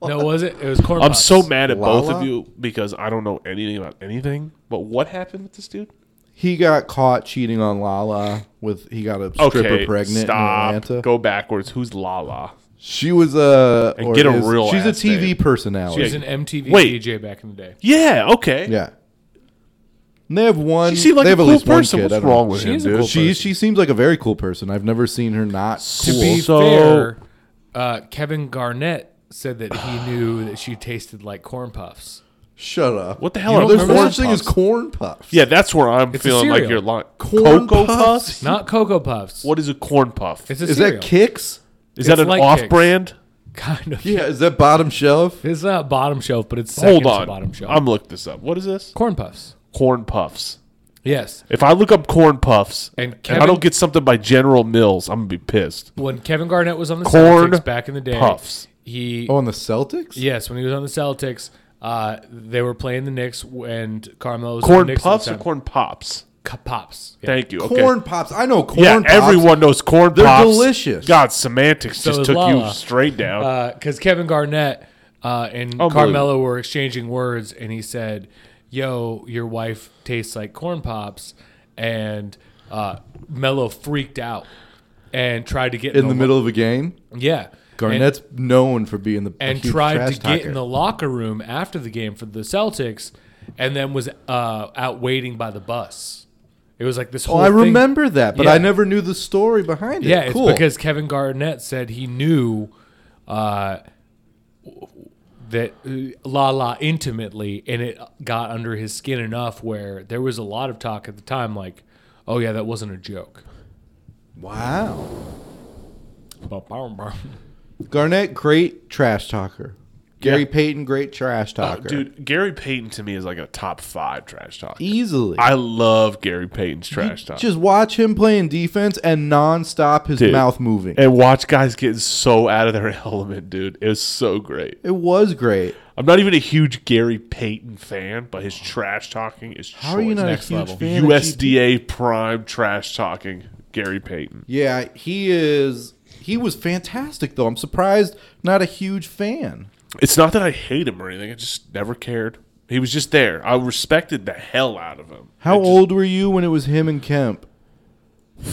was it? It was corn.
I'm
puffs.
so mad at both of
Lala?
you because I don't know anything about anything. But what happened with this dude?
He got caught cheating on Lala with he got a stripper pregnant in Atlanta.
Go backwards. Who's Lala?
She was a
And
or
get a real
She's a
ass
TV
name.
personality.
He was an MTV
Wait.
DJ back in the day.
Yeah. Okay.
yeah. And they have one.
She seemed like
they
a
have at
cool
least one
person.
kid, I don't
What's
know.
wrong with
She
him,
is a
dude?
cool
She she seems like a very cool person. I've never seen her not
To
cool.
be
So-
fair, uh, Kevin Garnett said that he knew that she tasted like corn puffs.
Shut up.
What the hell
You
are
know, there's
corn
such thing as
puffs?
corn puffs.
yeah, that's where I'm
It's a
feeling like
cereal.
you're lying.
Corn
Cocoa
puffs?
puffs.
Not cocoa puffs.
What is a corn puff?
It's
Is,
a
Is
cereal.
that kicks?
that
it's
an
like Kix.
off-brand?
Kind of.
Yeah. Is that bottom shelf?
It's not bottom shelf, but it's second
Hold
to
on.
bottom shelf.
I'm looking this up. What is this?
corn puffs.
Corn puffs.
Yes.
If I look up corn puffs
And
I
Kevin-
don't get something by General Mills, I'm gonna be pissed.
When Kevin Garnett was on the
Corn
Celtics back in the day,
puffs.
he
Oh, on the Celtics?
yes, when he was on the Celtics, uh, they were playing the Knicks and Carmelo was on the
Corn
Knicks at the
puffs or
time.
corn pops?
Ca- pops. Yeah.
Thank you. Okay.
Corn pops. I know corn
yeah,
pops.
everyone knows corn
They're
pops.
delicious.
God, semantics
So
just
is
took you
Lala. Uh,
straight down.
because Kevin Garnett uh, and
Unbelievable.
Carmelo were exchanging words, and he said, "Yo, your wife tastes like corn pops," and uh, Mello freaked out and tried to get
in the middle of a game.
Yeah, And-
Garnett's known for being the
and
huge
tried
trash
to get
talker. Oh,
in the locker room after the game for the Celtics, and then was uh, out waiting by the bus. It was like this
Oh,
whole.
I
thing-
remember that, but
Yeah.
I never knew the story behind it.
Yeah, it's
cool.
because Kevin Garnett said he knew uh, that uh, La La intimately, and it got under his skin enough where there was a lot of talk at the time, like, "Oh yeah, that wasn't a joke."
wow,
That's
Garnett, great trash talker. Gary
Yeah.
Payton, great
Uh,
trash talker.
Dude, Gary Payton to me is like a top five trash talk.
easily.
I love Gary Payton's trash talk.
Just watch him playing defense and nonstop his
Dude.
mouth moving.
and watch guys getting so out of their element, dude. It was so great.
It was great.
I'm not even a huge Gary Payton fan, but his trash talking is
How are you not a
next
huge
level.
fan? of GP?
USDA prime trash talking Gary Payton.
Yeah, he is. He was fantastic though. I'm surprised not a huge fan.
It's not that I hate him or anything. I just never cared. He was just there. I respected the hell out of him.
How
I just-
old were you when it was him and Kemp?
I'm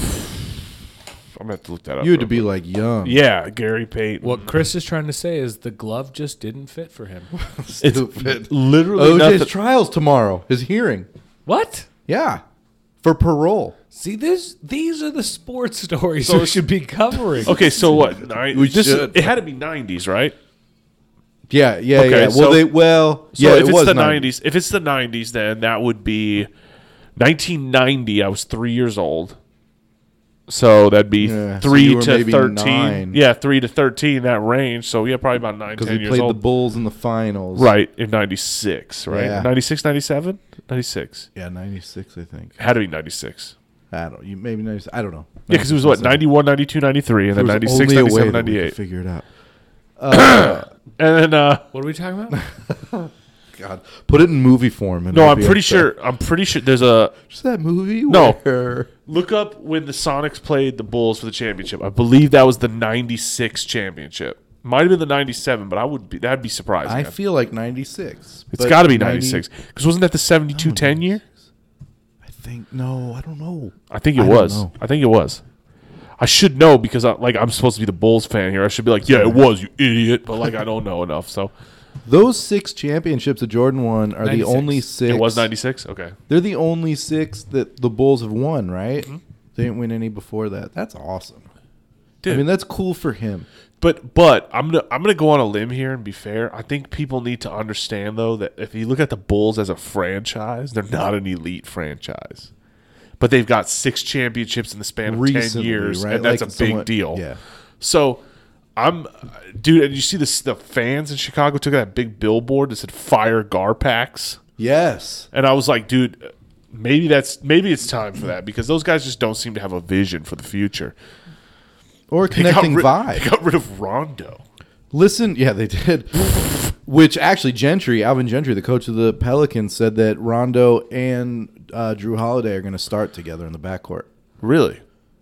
gonna have to look that up.
You had to be
real
like young.
quick. Yeah, Gary Payton.
what Chris is trying to say is the glove just didn't fit for him.
It's
Stupid.
literally
OJ's
nothing.
trials tomorrow. His hearing.
what?
Yeah, for parole.
See, this these are the sports stories we should be covering.
okay, so what? Ni-
We
this-
should.
It had to be 90s, right?
Yeah, yeah,
Okay,
yeah. Well,
so-
they well,
So
yeah.
if
it
it's
was
the
90.
90s, if it's the 90s, then that would be 1990. I was three years old, so that'd be
Yeah, so
three
you were
to
maybe
13.
nine.
Yeah, three to 13 that range. So yeah, probably about nine,
because
10
they
years
played the
old.
Bulls in the finals.
right in 96, right?
Yeah.
96, 97, 96.
Yeah, ninety six. I think.
Had to be 96.
I don't. You maybe 96, I don't know.
Yeah, because it was what 91, 92, 93, and then 96, 97, 98,
Figure it out.
and then uh,
What are we talking about?
God, put it in movie form. and
no,
I'll
I'm
be
pretty
upset.
sure I'm pretty sure there's a
Is that movie?
No.
where-
Look up when the Sonics played the Bulls for the championship. I believe that was the '96 championship. Might have been the '97, but I would be that'd be surprising.
I
I
feel like ninety six.
it's got to be '96 because wasn't that the
Oh,
'72-10 year?
I think no. I don't know.
I think it
I don't
was.
know.
I think it was. I should know because I, like I'm supposed to be the Bulls fan here. I should be like, yeah, it was, you idiot. But like I don't know enough, so
Those six championships that Jordan won are the
96.
only six.
it was '96. Okay,
They're the only six that the Bulls have won, right?
Mm-hmm.
They didn't win any before that. That's awesome. I
Dude.
mean, that's cool for him.
But but I'm gonna I'm gonna go on a limb here and be fair. I think people need to understand though that if you look at the Bulls as a franchise, they're not an elite franchise. But they've got six championships in the span of ten
Recently,
years,
right?
and that's
Like,
a big
somewhat-
deal.
yeah.
So I'm dude, and you see this the fans in Chicago took that big billboard that said fire Garpax.
Yes.
And I was like, dude, maybe that's maybe it's time for that because those guys just don't seem to have a vision for the future.
Or
They got
connecting
rid-
vibe.
They got rid of Rondo.
Listen, yeah, they did. Which actually, Gentry, Alvin Gentry, the coach of the Pelicans, said that Rondo and uh, Drew Holiday are going to start together in the backcourt.
Really?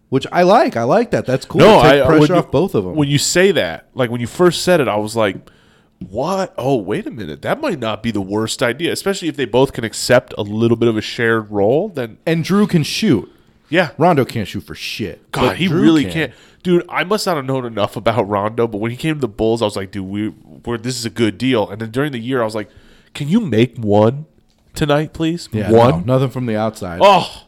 Which I like. I like that. That's cool.
No,
Take
I
pressure
when
off
you-
both of them.
When you say that, like when you first said it, I was like, "What? Oh, wait a minute. That might not be the worst idea, especially if they both can accept a little bit of a shared role." Then,
and Drew can shoot.
yeah,
Rondo can't shoot for shit.
God,
but
he
Drew
really
can.
can't. Dude, I must not have known enough about Rondo, but when he came to the Bulls, I was like, "Dude, we we're this is a good deal." And then during the year, I was like, "Can you make one tonight, please?
Yeah,
one?
no, nothing from the outside.
Oh,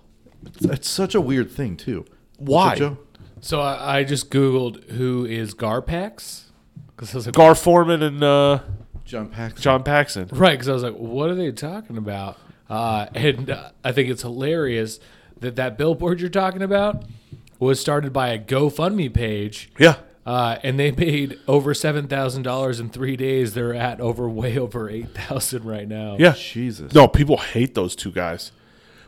It's such a weird thing too.
why?"
Such a-
So I, I just googled who is Garpax because I was like,
Gar Foreman and uh,
John Paxson.
John Paxson.
right? Because I was like, what are they talking about? Uh, and uh, I think it's hilarious that that billboard you're talking about was started by a GoFundMe page.
Yeah,
Uh, and they made over seven thousand dollars in three days. They're at over way over eight thousand right now.
yeah.
Jesus.
No, people hate those two guys.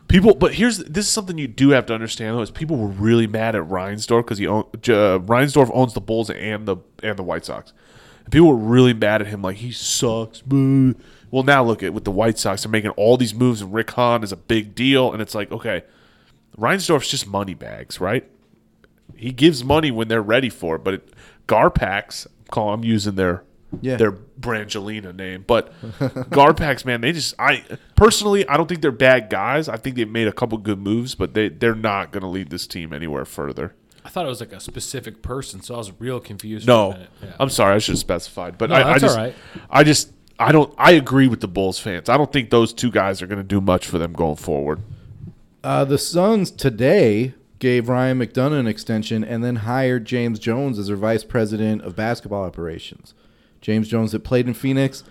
People, but here's this is something you do have to understand though is people were really mad at Reinsdorf because he own, J- uh, Reinsdorf owns the Bulls and the and the White Sox, And people were really mad at him, like he sucks. Boo. Well, now look at with the White Sox, they're making all these moves, and Rick Hahn is a big deal, and it's like okay, Reinsdorf's just money bags, right? He gives money when they're ready for it, but it, Garpax, call I'm using their
Yeah.
their Brangelina name, but Garpax, man, they just I personally I don't think they're bad guys. I think they've made a couple good moves, but they they're not going to lead this team anywhere further.
I thought it was like a specific person, so I was real confused.
No,
for a minute. Yeah.
I'm sorry, I should have specified, but
No,
I, I
that's
just,
all right.
I just, I don't, I agree with the Bulls fans. I don't think those two guys are going to do much for them going forward.
Uh, the Suns today gave Ryan McDonough an extension and then hired James Jones as their vice president of basketball operations. James Jones that played in Phoenix.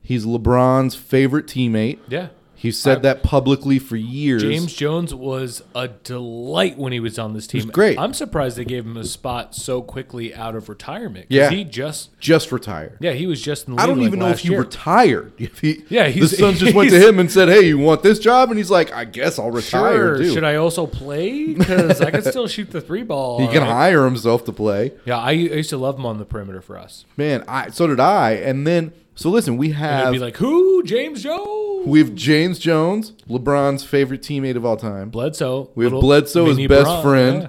He's LeBron's favorite teammate.
yeah.
He said that publicly for years.
James Jones was a delight when he was on this team.
great.
I'm surprised they gave him a spot so quickly out of retirement. 'cause
Yeah.
He just
just retired.
yeah, he was just in the
I don't
league, like,
even know if
last
he
year.
retired. If he,
Yeah,
the
he's-
Suns just went to
he's-
him and said, "Hey, you want this job?" And he's like, "I guess I'll retire
Sure.
too."
Should I also play? Because I can still shoot the three ball.
he
all
can
right.
hire himself to play.
Yeah, I, I used to love him on the perimeter for us.
Man, I so did I. And then so listen, we
And
have
I'd be like, who? James Jones?
we have James Jones, LeBron's favorite teammate of all time.
Bledsoe.
We have
little
Bledsoe as
mini
best
Bron,
friend.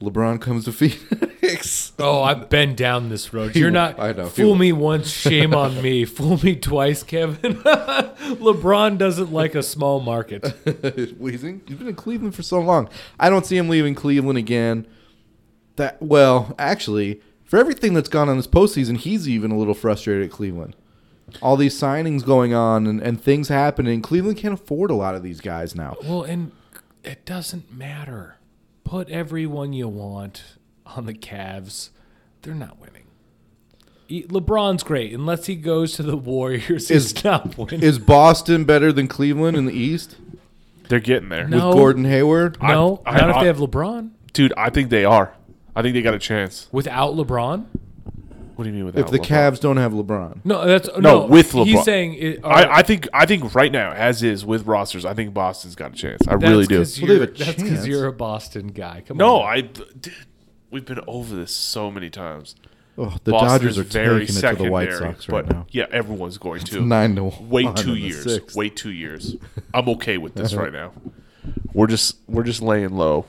yeah.
LeBron comes to Phoenix.
Oh, I've been down this road. You're not.
I know, he
Fool
will.
me once, shame on me. Fool me twice, Kevin. LeBron doesn't like a small market.
Wheezing. He's been in Cleveland for so long. I don't see him leaving Cleveland again. That well, actually, for everything that's gone on this postseason, he's even a little frustrated at Cleveland. All these signings going on and, and things happening. Cleveland can't afford a lot of these guys now.
Well, and it doesn't matter. Put everyone you want on the Cavs. They're not winning. E- LeBron's great. Unless he goes to the Warriors, he's
Is-
not winning.
Is Boston better than Cleveland in the East
They're getting there,
No.
with Gordon Hayward?
no,
I-
not
I-
if they have LeBron.
dude. I think they are. I think they got a chance.
Without LeBron?
What do you mean with
If the Cavs don't have LeBron,
No, that's
No,
no,
with LeBron.
He's saying it, uh,
I, I think I think right now, as is with rosters, I think Boston's got a chance. I really do.
Well, they have
You're,
a
that's
chance.
because you're a Boston guy. Come
No,
on.
I. Dude, we've been over this so many times.
oh, the
Boston
Dodgers
is
are
very
taking it to the White
secondary,
Sox right
but
now.
Yeah, everyone's going to.
Nine to
Wait
one
two
in the
years.
sixth.
Wait two years. I'm okay with this right now. We're just we're just laying low,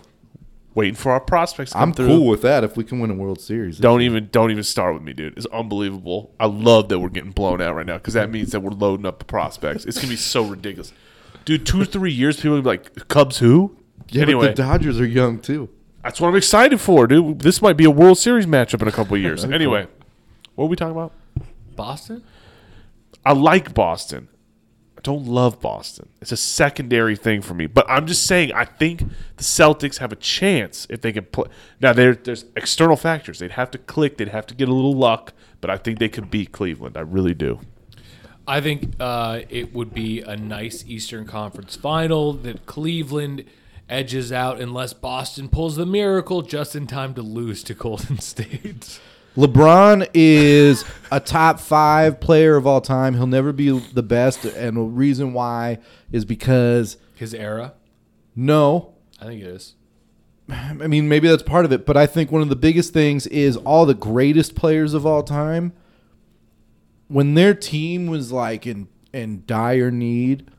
waiting for our prospects. To come
I'm
through.
cool with that if we can win a World Series.
Don't even don't even start with me, dude. It's unbelievable. I love that we're getting blown out right now because that means that we're loading up the prospects. It's gonna be so ridiculous, dude. Two three years, people will be like Cubs who?
Yeah,
anyway,
but the Dodgers are young too.
that's what I'm excited for, dude. This might be a World Series matchup in a couple of years. anyway, what are we talking about?
Boston?
I like Boston. I don't love Boston. It's a secondary thing for me. But I'm just saying, I think the Celtics have a chance if they can play. Now, there, there's external factors. They'd have to click, they'd have to get a little luck, but I think they could beat Cleveland. I really do.
I think uh, it would be a nice Eastern Conference final that Cleveland edges out unless Boston pulls the miracle just in time to lose to Golden State.
LeBron is a top five player of all time. He'll never be the best, and the reason why is because
His era?
no,
I think it is.
I mean maybe that's part of it, but I think one of the biggest things is all the greatest players of all time. When their team was like in in dire need,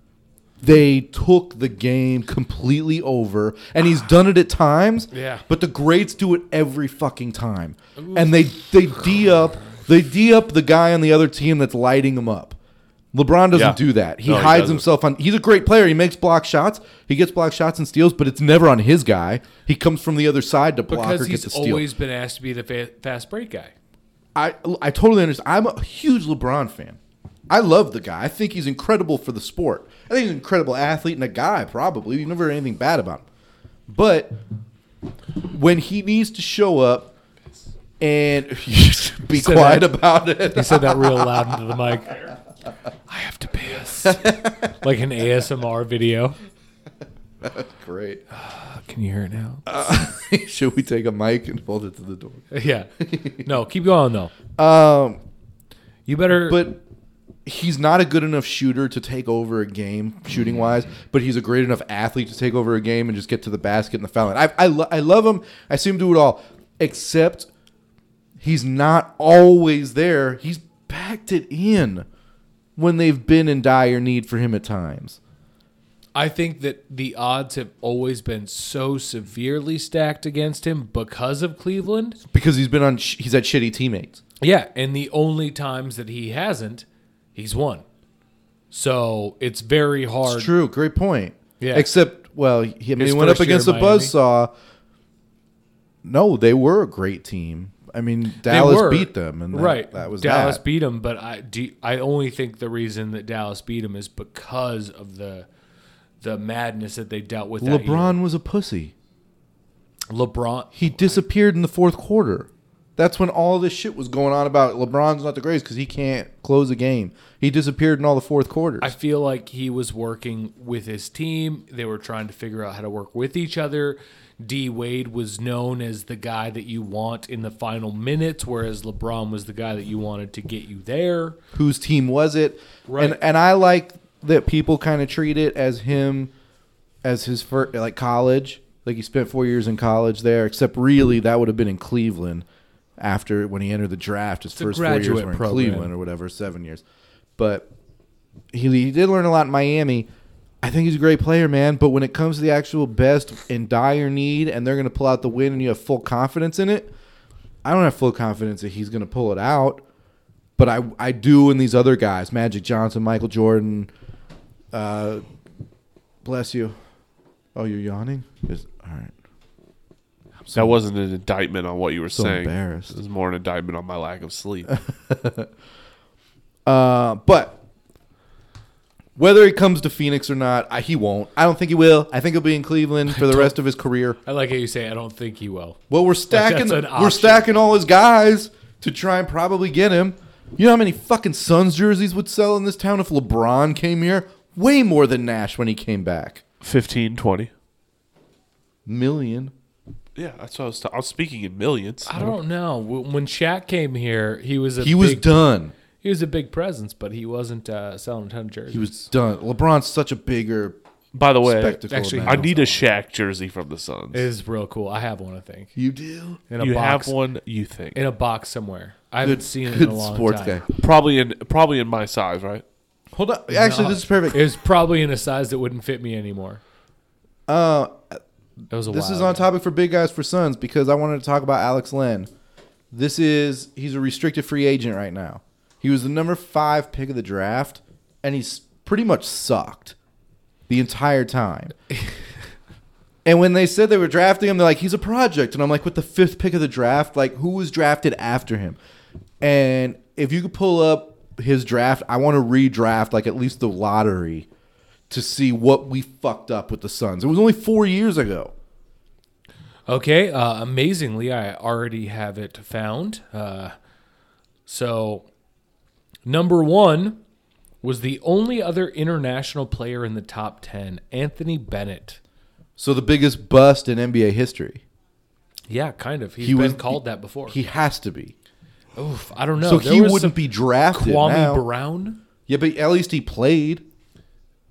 they took the game completely over, and he's done it at times.
Yeah.
But the greats do it every fucking time, and they they d up they d up the guy on the other team that's lighting him up. LeBron doesn't
Yeah.
do that. He
No, he
hides
doesn't.
himself on. He's a great player. He makes block shots. He gets block shots and steals, but it's never on his guy. He comes from the other side to block
Because
or get the
he's
steal.
always been asked to be the fa- fast break guy.
I I totally understand. I'm a huge LeBron fan. I love the guy. I think he's incredible for the sport. I think he's an incredible athlete and a guy. Probably you never heard anything bad about him. But when he needs to show up and be
said
quiet
that-
about it,
He said that real loud into the mic. I have to piss. like an ASMR video. Oh,
great.
Can you hear it now?
Should we take a mic and hold it to the door?
Yeah. No, keep going though.
Um,
You better.
but he's not a good enough shooter to take over a game shooting wise but he's a great enough athlete to take over a game and just get to the basket and the foul line. I, I, lo- I love him i see him do it all except He's not always there. He's packed it in when they've been in dire need for him at times.
I think that the odds have always been so severely stacked against him because of Cleveland.
Because he's been on, sh- he's had shitty teammates.
Yeah, and the only times that he hasn't, he's won. So it's very hard.
It's true. Great point.
Yeah.
Except, well, he, I mean,
His
he went up
first year
against a
in Miami.
buzzsaw. No, they were a great team. I mean, Dallas
were.
beat them, and that,
right,
that was
Dallas
that.
beat him. But I do. I only think the reason that Dallas beat him is because of the the madness that they dealt with. that
LeBron was a pussy.
year. LeBron.
He disappeared in the fourth quarter. That's when all this shit was going on about LeBron's not the greatest because he can't close a game. He disappeared in all the fourth quarters.
I feel like he was working with his team. They were trying to figure out how to work with each other. D Wade was known as the guy that you want in the final minutes, whereas LeBron was the guy that you wanted to get you there.
whose team was it?
Right.
And and I like that people kind of treat it as him as his first like college. Like he spent four years in college there, except really that would have been in Cleveland after when he entered the draft. His
a
first four years
graduate
were in
program.
Cleveland or whatever, seven years. But he, he did learn a lot in Miami. I think he's a great player, man. But when it comes to the actual best in dire need, and they're going to pull out the win, and you have full confidence in it, I don't have full confidence that he's going to pull it out. But I, I do in these other guys, Magic Johnson, Michael Jordan. Uh, bless you. Oh, you're yawning. Is- all right.
that wasn't an indictment on what you were
so
saying.
embarrassed.
It was more an indictment on my lack of sleep.
Uh, but whether he comes to Phoenix or not, I, he won't. I don't think he will. I think he'll be in Cleveland for the rest of his career.
I like how you say, I don't think he will.
Well, we're stacking.
that's an
we're
option.
stacking all his guys to try and probably get him. You know how many fucking Suns jerseys would sell in this town if LeBron came here? Way more than Nash when he came back.
15, 20.
Million.
Yeah, that's what I was. ta- I was speaking in millions.
I don't know. W- When Shaq came here, he was a
He was
big-
done.
he was a big presence, but he wasn't uh, selling a ton of jerseys.
He was done. LeBron's such a bigger
By the way,
spectacle.
actually,
now.
I need a Shaq jersey from the Suns.
It is real cool. I have one, I think,
you do.
in a
you
box
have one, you think?
in a box somewhere. I haven't seen it in
Good
a long
sports
time.
guy.
probably in probably in my size, right?
Hold on. Actually, this is perfect.
It was probably in a size that wouldn't fit me anymore.
Uh,
It was a
This
while
is on
ago.
topic for big guys for sons because I wanted to talk about Alex Len. This is he's a restricted free agent right now. He was the number five pick of the draft, and he's pretty much sucked the entire time. and when they said they were drafting him, they're like, he's a project. And I'm like, with the fifth pick of the draft, like who was drafted after him? And if you could pull up his draft, I want to redraft like at least the lottery to see what we fucked up with the Suns. It was only four years ago.
Okay. Uh, amazingly, I already have it found. Uh, so, number one was the only other international player in the top 10, Anthony Bennett.
So the biggest bust in NBA history.
Yeah, kind of. He's
He
been
was-
called that before.
He has to be.
Oof, I don't know.
so
There
he
was some
wouldn't be drafted
Kwame
now.
Brown.
yeah, but at least he played.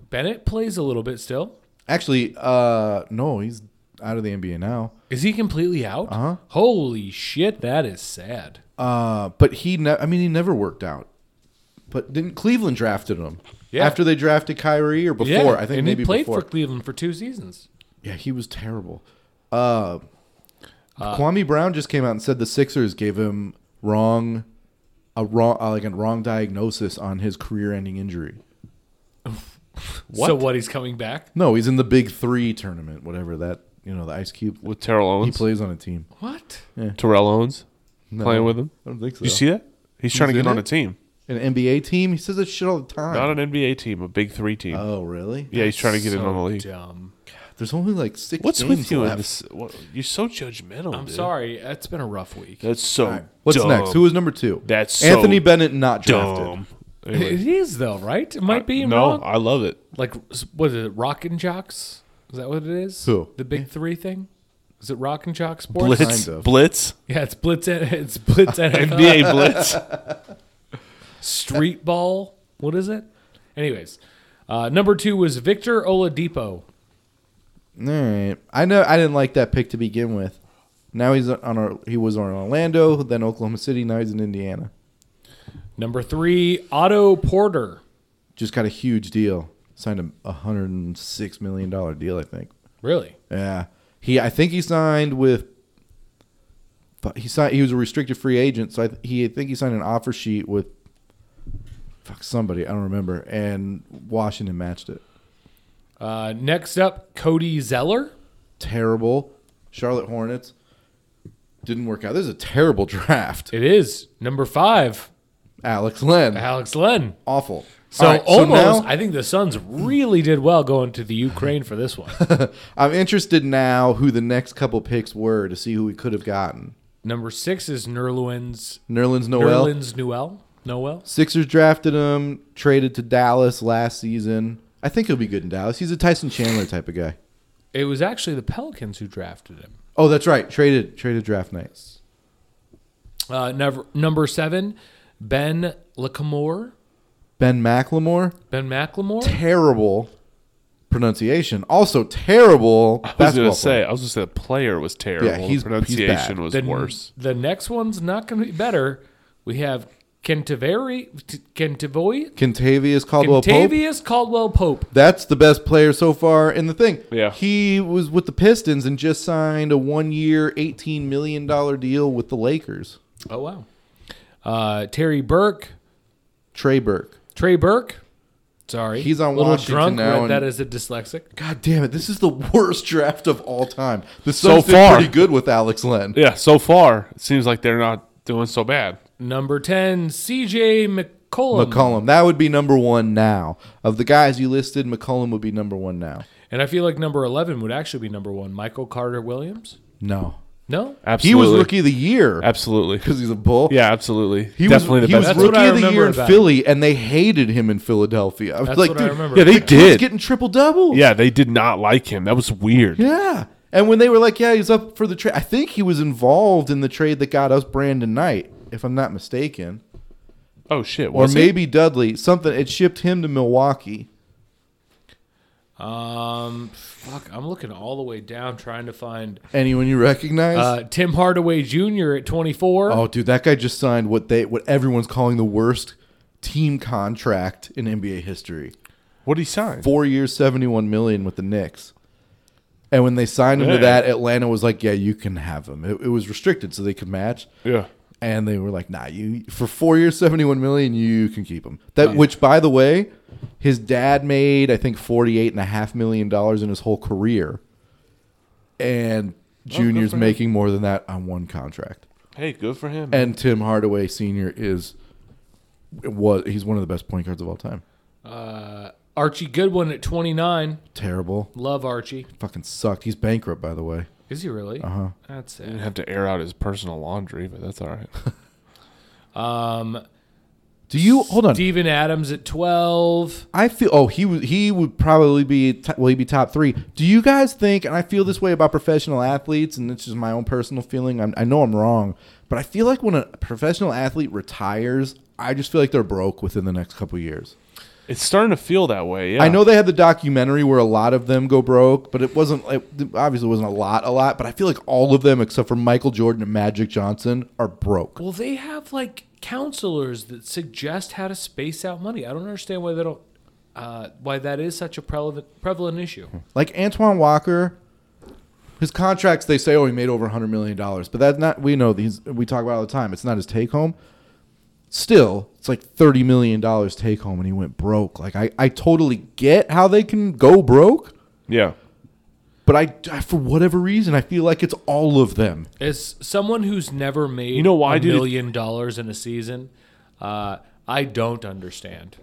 Bennett plays a little bit still.
Actually, uh no, he's out of the NBA now.
Is he completely out? Uh-huh. Holy shit, that is sad.
Uh but he ne- I mean he never worked out. But didn't Cleveland drafted him?
Yeah.
After they drafted Kyrie or before?
yeah,
I think
and
maybe
he played
before.
for Cleveland for two seasons.
yeah, he was terrible. Uh,
Uh,
Kwame Brown just came out and said the Sixers gave him wrong a wrong uh, like a wrong diagnosis on his career-ending injury.
So what? He's coming back.
No, he's in the Big Three tournament, whatever that you know, the Ice Cube.
With Terrell
He
Owens,
plays on a team.
What?
Terrell Owens playing with him.
I don't think so.
You see that? He's, trying to
He's
get
in
on
it?
a team,
an NBA team? He says that shit all the time.
not an NBA team, a Big Three team.
oh, really?
yeah, he's trying to get in
So
on the league.
Dumb.
There's only like six.
What's
games
with you in
left.
this? What, you're so judgmental.
I'm
dude.
sorry. It's been a rough week.
That's so.
All right, What's
dumb.
next? Who is number two?
That's so
Anthony Bennett, not drafted.
dumb?
It
Anyway,
is though, right? It might be
no,
wrong.
I love it.
Like s- what is it? Rockin' Jocks? Is that what it is?
Who?
The big three thing? Is it Rockin' Jock Sports?
Blitz,
of.
blitz,
Yeah, it's Blitz. N- It's Blitz NFL.
NBA blitz.
Street Ball. What is it? Anyways, uh, number two was Victor Oladipo.
All right. I know. I didn't like that pick to begin with. Now he's on our, he was on Orlando, then Oklahoma City, now he's in Indiana.
Number three, Otto Porter.
Just got a huge deal. Signed a hundred and six million dollar deal, I think.
Really?
Yeah, he. I think he signed with. But he signed. He was a restricted free agent, so I th- he. I think he signed an offer sheet with. Fuck somebody, I don't remember. And Washington matched it.
Uh, next up, Cody Zeller.
Terrible. Charlotte Hornets didn't work out. This is a terrible draft.
It is number five,
Alex Len,
Alex Len.
awful.
So
All right,
almost,
now-
I think the Suns really did well going to the Ukraine for this one.
I'm interested now who the next couple picks were to see who we could have gotten.
number six is Nerlens
Nerlens Noel.
Nerlens Noel. Noel.
Sixers drafted him, traded to Dallas last season. I think he'll be good in Dallas. He's a Tyson Chandler type of guy.
It was actually the Pelicans who drafted him.
Oh, that's right. Traded traded draft nights.
Uh, number number seven, Ben Lacamore.
Ben McLemore,
Ben McLemore.
terrible pronunciation. Also terrible
I was
basketball
gonna say,
player.
I was gonna say the player was terrible.
Yeah, he's-
the
he's
pronunciation
bad.
was
The,
worse.
the next one's not going to be better. We have Kentaveri, Kentavoy,
Kentavious Caldwell Pope.
Kentavious Caldwell Pope.
That's the best player so far in the thing.
Yeah.
He was with the Pistons and just signed a one year, $18 million deal with the Lakers.
Oh wow. Uh, Terry Burke,
Trey Burke.
Trey Burke. Sorry,
He's on
a little
Washington
drunk.
now
read
and-
that as a dyslexic.
God damn it. This is the worst draft of all time. The
So
Suns did
far.
pretty good with Alex Len.
Yeah, so far it seems like they're not doing so bad.
Number ten, C.J. McCollum.
McCollum. That would be number one now. Of the guys you listed, McCollum would be number one now.
And I feel like number eleven would actually be number one. Michael Carter Williams.
No.
No,
Absolutely,
He was rookie of the year
Absolutely,
because he's a bull.
yeah, absolutely.
He
Definitely
was, he
the best.
was
That's what
rookie
I
of the year
remember
in
about
Philly, and they hated him in Philadelphia. I was
that's
like,
what I
dude,
remember.
yeah, they
He's
did.
getting triple double.
yeah, they did not like him. That was weird.
Yeah. And when they were like, yeah, he's up for the trade, I think he was involved in the trade that got us Brandon Knight, if I'm not mistaken.
Oh shit.
Or
was he?
maybe Dudley. Something. It shipped him to Milwaukee.
Um, fuck, I'm looking all the way down trying to find
Anyone you recognize?
uh, Tim Hardaway Jr. at 24.
Oh, dude, that guy just signed what they what everyone's calling the worst team contract in NBA history.
What did he sign?
Four years, seventy one million with the Knicks. And when they signed him
Yeah.
to that, Atlanta was like, "Yeah, you can have him." It, it was restricted, so they could match.
Yeah.
And they were like, "Nah, you for four years, seventy one million, you can keep him." That, which, by the way, his dad made I think forty eight and a half million dollars in his whole career, and Junior's
Oh, for him.
making more than that on one contract
Hey, good for him.
and Tim Hardaway Senior is was he's one of the best point guards of all time.
Uh, Archie Goodwin at 29.
Terrible,
Love Archie.
fucking sucked. He's bankrupt, by the way.
Is he really?
Uh-huh.
That's
didn't
sad.
have to air out his personal laundry, but that's all right.
Um,
Do you hold on?
Steven Adams at 12.
I feel oh he would he would probably be t- will he be top three? Do you guys think? And I feel this way about professional athletes, and it's just my own personal feeling. I'm, I know I'm wrong, but I feel like when a professional athlete retires, I just feel like they're broke within the next couple years.
it's starting to feel that way. Yeah.
I know they had the documentary where a lot of them go broke, but it wasn't it obviously wasn't a lot, a lot. But I feel like all of them except for Michael Jordan and Magic Johnson are broke.
Well, they have like counselors that suggest how to space out money. I don't understand why they don't. Uh, why that is such a prevalent prevalent issue.
Hmm.
Like Antoine Walker, his contracts they say oh he made over hundred million dollars, but that's not we know these we talk about it all the time. It's not his take home. Still, it's like thirty million dollars take home, and he went broke. Like I, I totally get how they can go broke,
Yeah.
but I, I for whatever reason I feel like it's all of them.
As someone who's never made
You know why,
a
dude?
million dollars in a season, uh, I don't understand.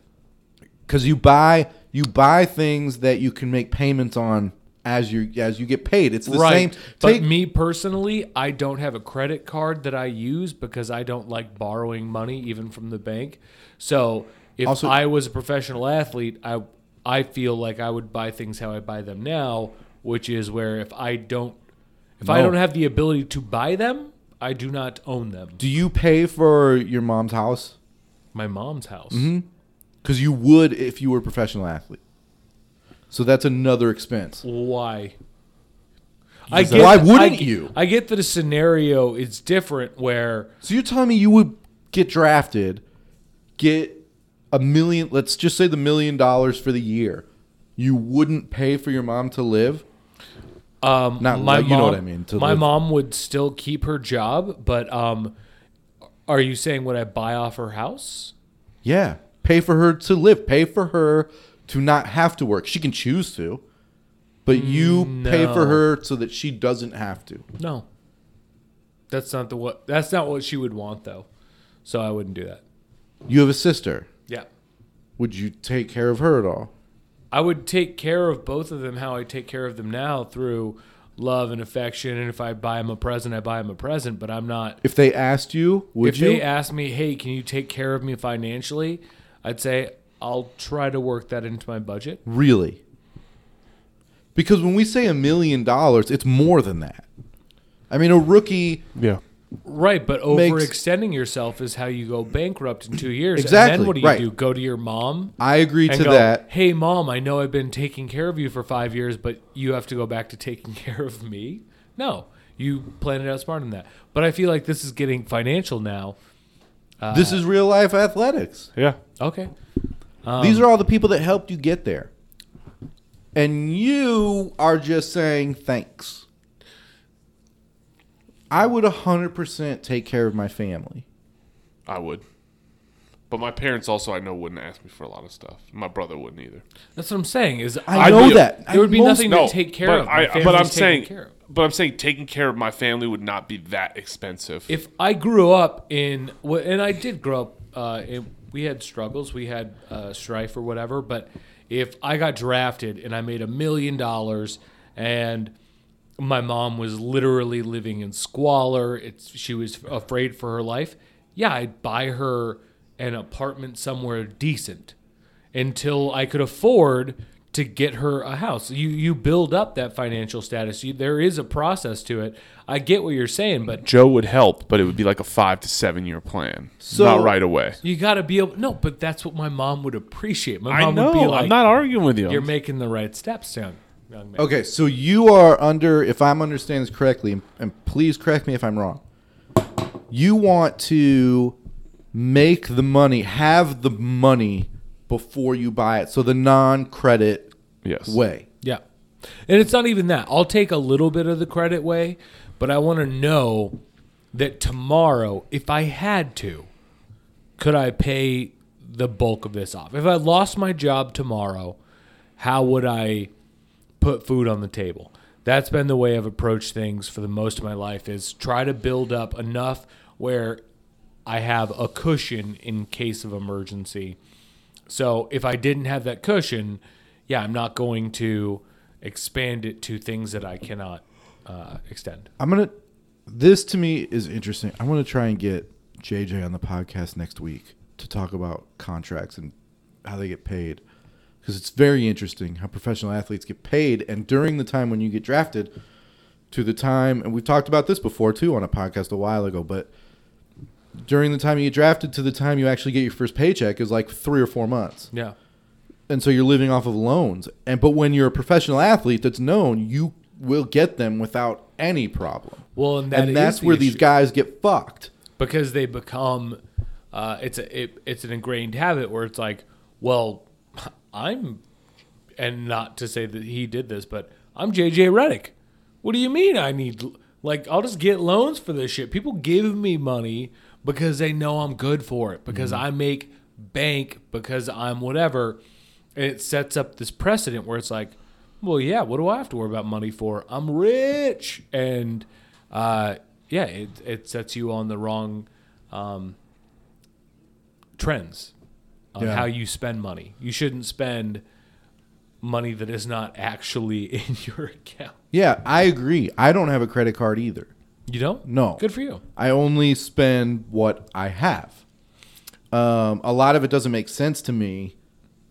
because you buy you buy things that you can make payments on as you as you get paid. It's the
right.
same.
but
Take,
me personally, I don't have a credit card that I use because I don't like borrowing money even from the bank. So if
Also-
I was a professional athlete, I I feel like I would buy things how I buy them now, which is where if I don't if I
No.
don't have the ability to buy them, I do not own them.
do you pay for your mom's house?
My mom's house.
Mm-hmm. Because you would if you were a professional athlete. So that's another expense.
Why? I
that- Why wouldn't
I-
you?
I get that a scenario is different where
So you're telling me you would get drafted, get a million, let's just say the million dollars for the year. You wouldn't pay for your mom to live?
um,
Not
my
like-
mom,
you know what I mean, to
my
live-
mom would still keep her job, but um, are you saying would I buy off her house?
Yeah. Pay for her to live. Pay for her to not have to work. She can choose to, but you pay for
Mm, no.
her so that she doesn't have to.
No. That's not the what. That's not what she would want though. So I wouldn't do that.
You have a sister.
Yeah.
Would you take care of her at all?
I would take care of both of them how I take care of them now through love and affection. And if I buy them a present, I buy them a present. But I'm not.
If they asked you, would
if
you?
they asked me, "Hey, can you take care of me financially?" I'd say I'll try to work that into my budget.
really? Because when we say a million dollars, it's more than that. I mean, a rookie
Yeah.
Right,
Makes-
but
E-,
overextending yourself is how you go bankrupt in two years. And
Exactly,
then what do you
right.
do? Go to your mom
I agree
and
to
go,
that.
"Hey, mom, I know I've been taking care of you for five years, but you have to go back to taking care of me." No, you planned it out smarter than that. But I feel like this is getting financial now. uh,
this is real life athletics.
Yeah.
Okay,
These
Um,
are all the people that helped you get there. And you are just saying thanks. I would 100% take care of my family.
I would. But my parents also I know wouldn't ask me for a lot of stuff. My brother wouldn't either.
that's what I'm saying. Is
I
I'd
know
be-
that. I
there would be
most-
nothing to take care
but
of. My
I, but
family's
I'm
taken
saying,
care of.
but I'm saying, taking care of my family would not be that expensive.
if I grew up in, wh- and I did grow up, uh, in, we had struggles, we had uh, strife or whatever. But if I got drafted and I made a million dollars, and my mom was literally living in squalor, it's she was afraid for her life. Yeah, I'd buy her an apartment somewhere decent until I could afford to get her a house. You you build up that financial status. You, there is a process to it. I get what you're saying, but
Joe would help, but it would be like a five to seven year plan,
So-
not right away.
You got to be able. No, but that's what my mom would appreciate. My
I
mom would be
know.
like,
I'm not arguing with you.
"You're making the right steps, young, young man."
Okay, so you are under, if I'm understanding this correctly, and- and please correct me if I'm wrong, you want to make the money, have the money before you buy it. So the non credit
yes.
way.
Yeah, and it's not even that. I'll take a little bit of the credit way, but I want to know that tomorrow, if I had to, could I pay the bulk of this off? If I lost my job tomorrow, how would I put food on the table? That's been the way I've approached things for the most of my life is try to build up enough where I have a cushion in case of emergency. So if I didn't have that cushion, yeah, I'm not going to expand it to things that I cannot uh, extend.
I'm gonna. This to me is interesting. I'm gonna try and get JJ on the podcast next week to talk about contracts and how they get paid, because it's very interesting how professional athletes get paid, and during the time when you get drafted, to the time, and we've talked about this before too on a podcast a while ago, but during the time you get drafted to the time you actually get your first paycheck is like three or four months
Yeah.
and so you're living off of loans. And but when you're a professional athlete that's known, you will get them without any problem.
Well, and, that
and
is
that's
the
where
issue.
these guys get fucked.
because they become uh, it's a it, it's an ingrained habit where it's like, well, I'm and not to say that he did this, but I'm JJ Reddick. What do you mean I need like I'll just get loans for this shit. People give me money because they know I'm good for it because I make bank because I'm whatever. And it sets up this precedent where it's like, well, yeah, what do I have to worry about money for? I'm rich and uh, yeah, it, it sets you on the wrong um, trends on
Yeah.
how you spend money. You shouldn't spend money that is not actually in your account.
Yeah, I agree. I don't have a credit card either.
You don't?
No.
Good for you.
I only spend what I have. Um, a lot of it doesn't make sense to me.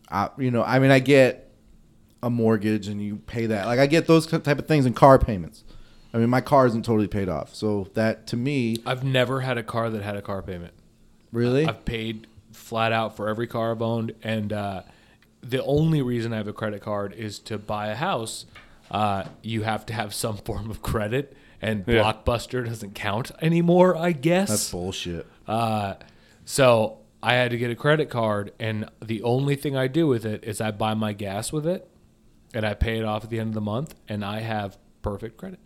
I, you know, I mean, I get a mortgage and you pay that. Like I get those type of things and car payments. I mean, my car isn't totally paid off, so that to me,
I've never had a car that had a car payment.
really,
I've paid flat out for every car I've owned, and uh, the only reason I have a credit card is to buy a house. uh, you have to have some form of credit, and Blockbuster doesn't count anymore, I guess.
That's bullshit.
Uh, so I had to get a credit card, and the only thing I do with it is I buy my gas with it, and I pay it off at the end of the month, and I have perfect credit.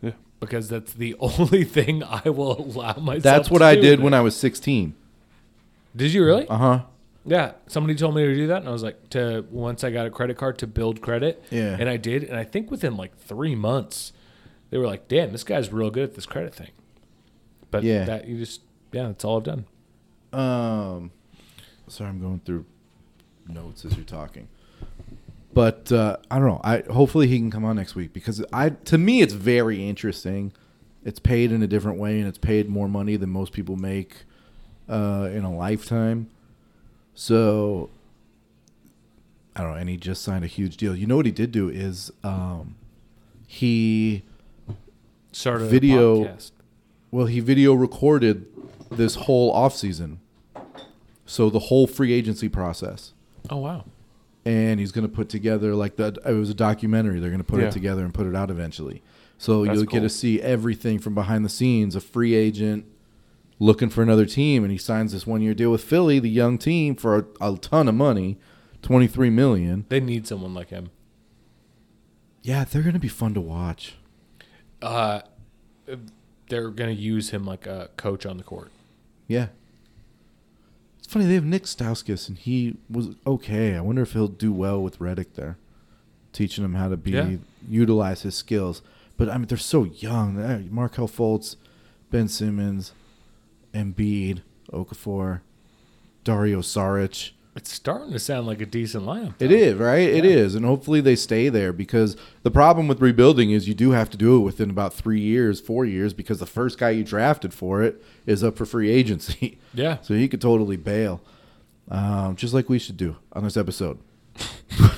Yeah.
Because that's the only thing I will allow myself.
That's what I did when I was 16.
Did you really?
Uh huh.
Yeah, somebody told me to do that, and I was like, to once I got a credit card to build credit.
Yeah.
and I did, and I think within like three months, they were like, "Damn, this guy's real good at this credit thing." But
Yeah.
yeah, that you just yeah, that's all I've done.
Um, sorry, I'm going through notes as you're talking. But uh, I don't know. I hopefully he can come on next week because I to me it's very interesting. It's paid in a different way and it's paid more money than most people make uh, in a lifetime. So I don't know. And he just signed a huge deal. You know what he did do is um, he
Started a
Video-
podcast.
well, he video recorded this whole offseason. So the whole free agency process.
Oh wow.
And he's going to put together like that it was a documentary. They're going to put
Yeah.
it together and put it out eventually. So
That's
you'll get to
cool.
see everything from behind the scenes, a free agent looking for another team and he signs this one-year deal with Philly, the young team for a, a ton of money, 23 million.
They need someone like him.
Yeah, they're going to be fun to watch.
Uh, they're gonna use him like a coach on the court.
Yeah. It's funny they have Nick Stauskas and he was okay. I wonder if he'll do well with Reddick there, teaching him how to be
Yeah.
utilize his skills. But I mean, they're so young. Eh, Markel Fultz, Ben Simmons, Embiid, Okafor, Dario Saric.
It's starting to sound like a decent lineup.
It is right. It is, and hopefully they stay there because the problem with rebuilding is you do have to do it within about three years, four years, because the first guy you drafted for it is up for free agency.
Yeah.
So he could totally bail, um, just like we should do on this episode.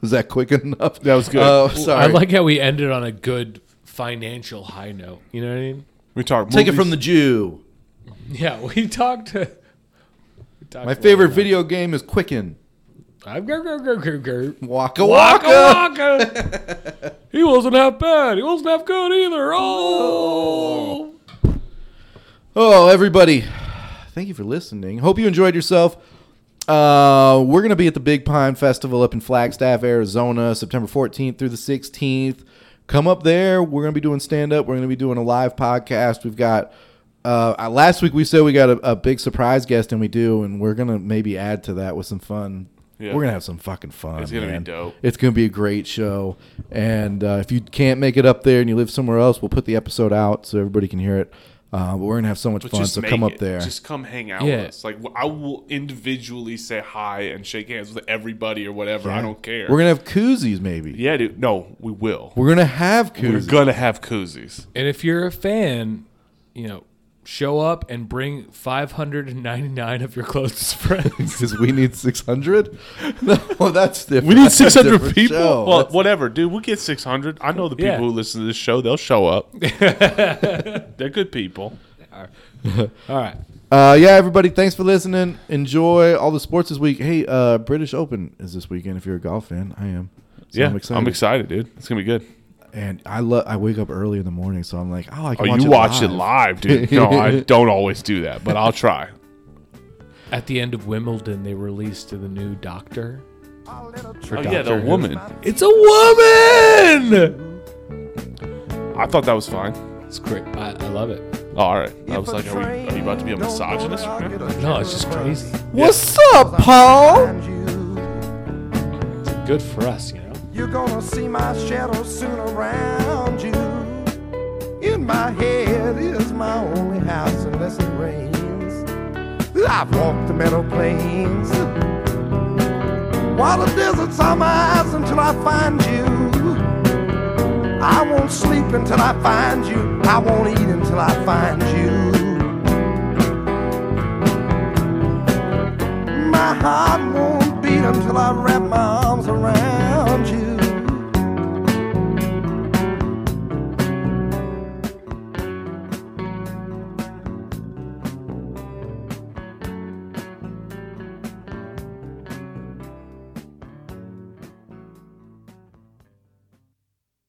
Was that quick enough?
That was good.
Oh, sorry.
I like how we ended on a good financial high note. You know what I mean?
We talk.
Take it
movies.
from the Jew.
Yeah, we talked. we talked
My
about-
favorite video game is Quicken.
I'm grr, grr, grr, grr, grr.
Waka
Waka
waka.
waka. he wasn't half bad. He wasn't half good either. Oh.
Oh, everybody. Thank you for listening. Hope you enjoyed yourself. Uh, we're going to be at the Big Pine Festival up in Flagstaff, Arizona, September 14th through the 16th. Come up there. We're going to be doing stand up. We're going to be doing a live podcast. We've got. Uh, uh, last week we said we got a, a big surprise guest, and we do, and we're gonna maybe add to that with some fun.
Yeah.
We're gonna have some fucking fun.
It's gonna be
man.
dope.
It's gonna be a great show, and uh, if you can't make it up there and you live somewhere else, we'll put the episode out so everybody can hear it. Uh, but we're gonna have so much
But
fun,
just
so
make
come up
it.
there.
Just come hang out
Yeah.
with us. Like I will individually say hi and shake hands with everybody or whatever. I don't care.
We're gonna have koozies, maybe.
yeah, dude. No, we will.
We're gonna have
We're
koozies.
gonna have koozies.
And if you're a fan, you know, show up and bring 599 of your closest friends.
Because we need six hundred. No, that's different.
We need
That's a
600
different
people.
show. Uh,
Well,
That's-
whatever, dude. We'll get 600. I know the people
Yeah.
who listen to this show. They'll show up. They're good people.
All right.
uh, yeah, everybody, thanks for listening. Enjoy all the sports this week. Hey, uh, British Open is this weekend. If you're a golf fan, I am. So
yeah,
I'm excited.
dude. It's gonna be good.
And I love. I wake up early in the morning, so I'm like, oh, I
Oh,
can watch
you
it
watch
live.
it live, dude. No, I don't always do that, but I'll try.
At the end of Wimbledon, they released the new doctor.
Oh yeah, the woman.
It's a woman.
I thought that was fine.
It's great. I, I love it.
Oh, all right. I was like, are, we, are you about to be a misogynist? right now?
No, it's just crazy.
What's up, Paul?
Good for us, you know.
You're gonna see my shadow soon around you. In my head is my only house unless it rains. I've walked the meadow plains. While the deserts are my eyes until I find you. I won't sleep until I find you. I won't eat until I find you. My heart won't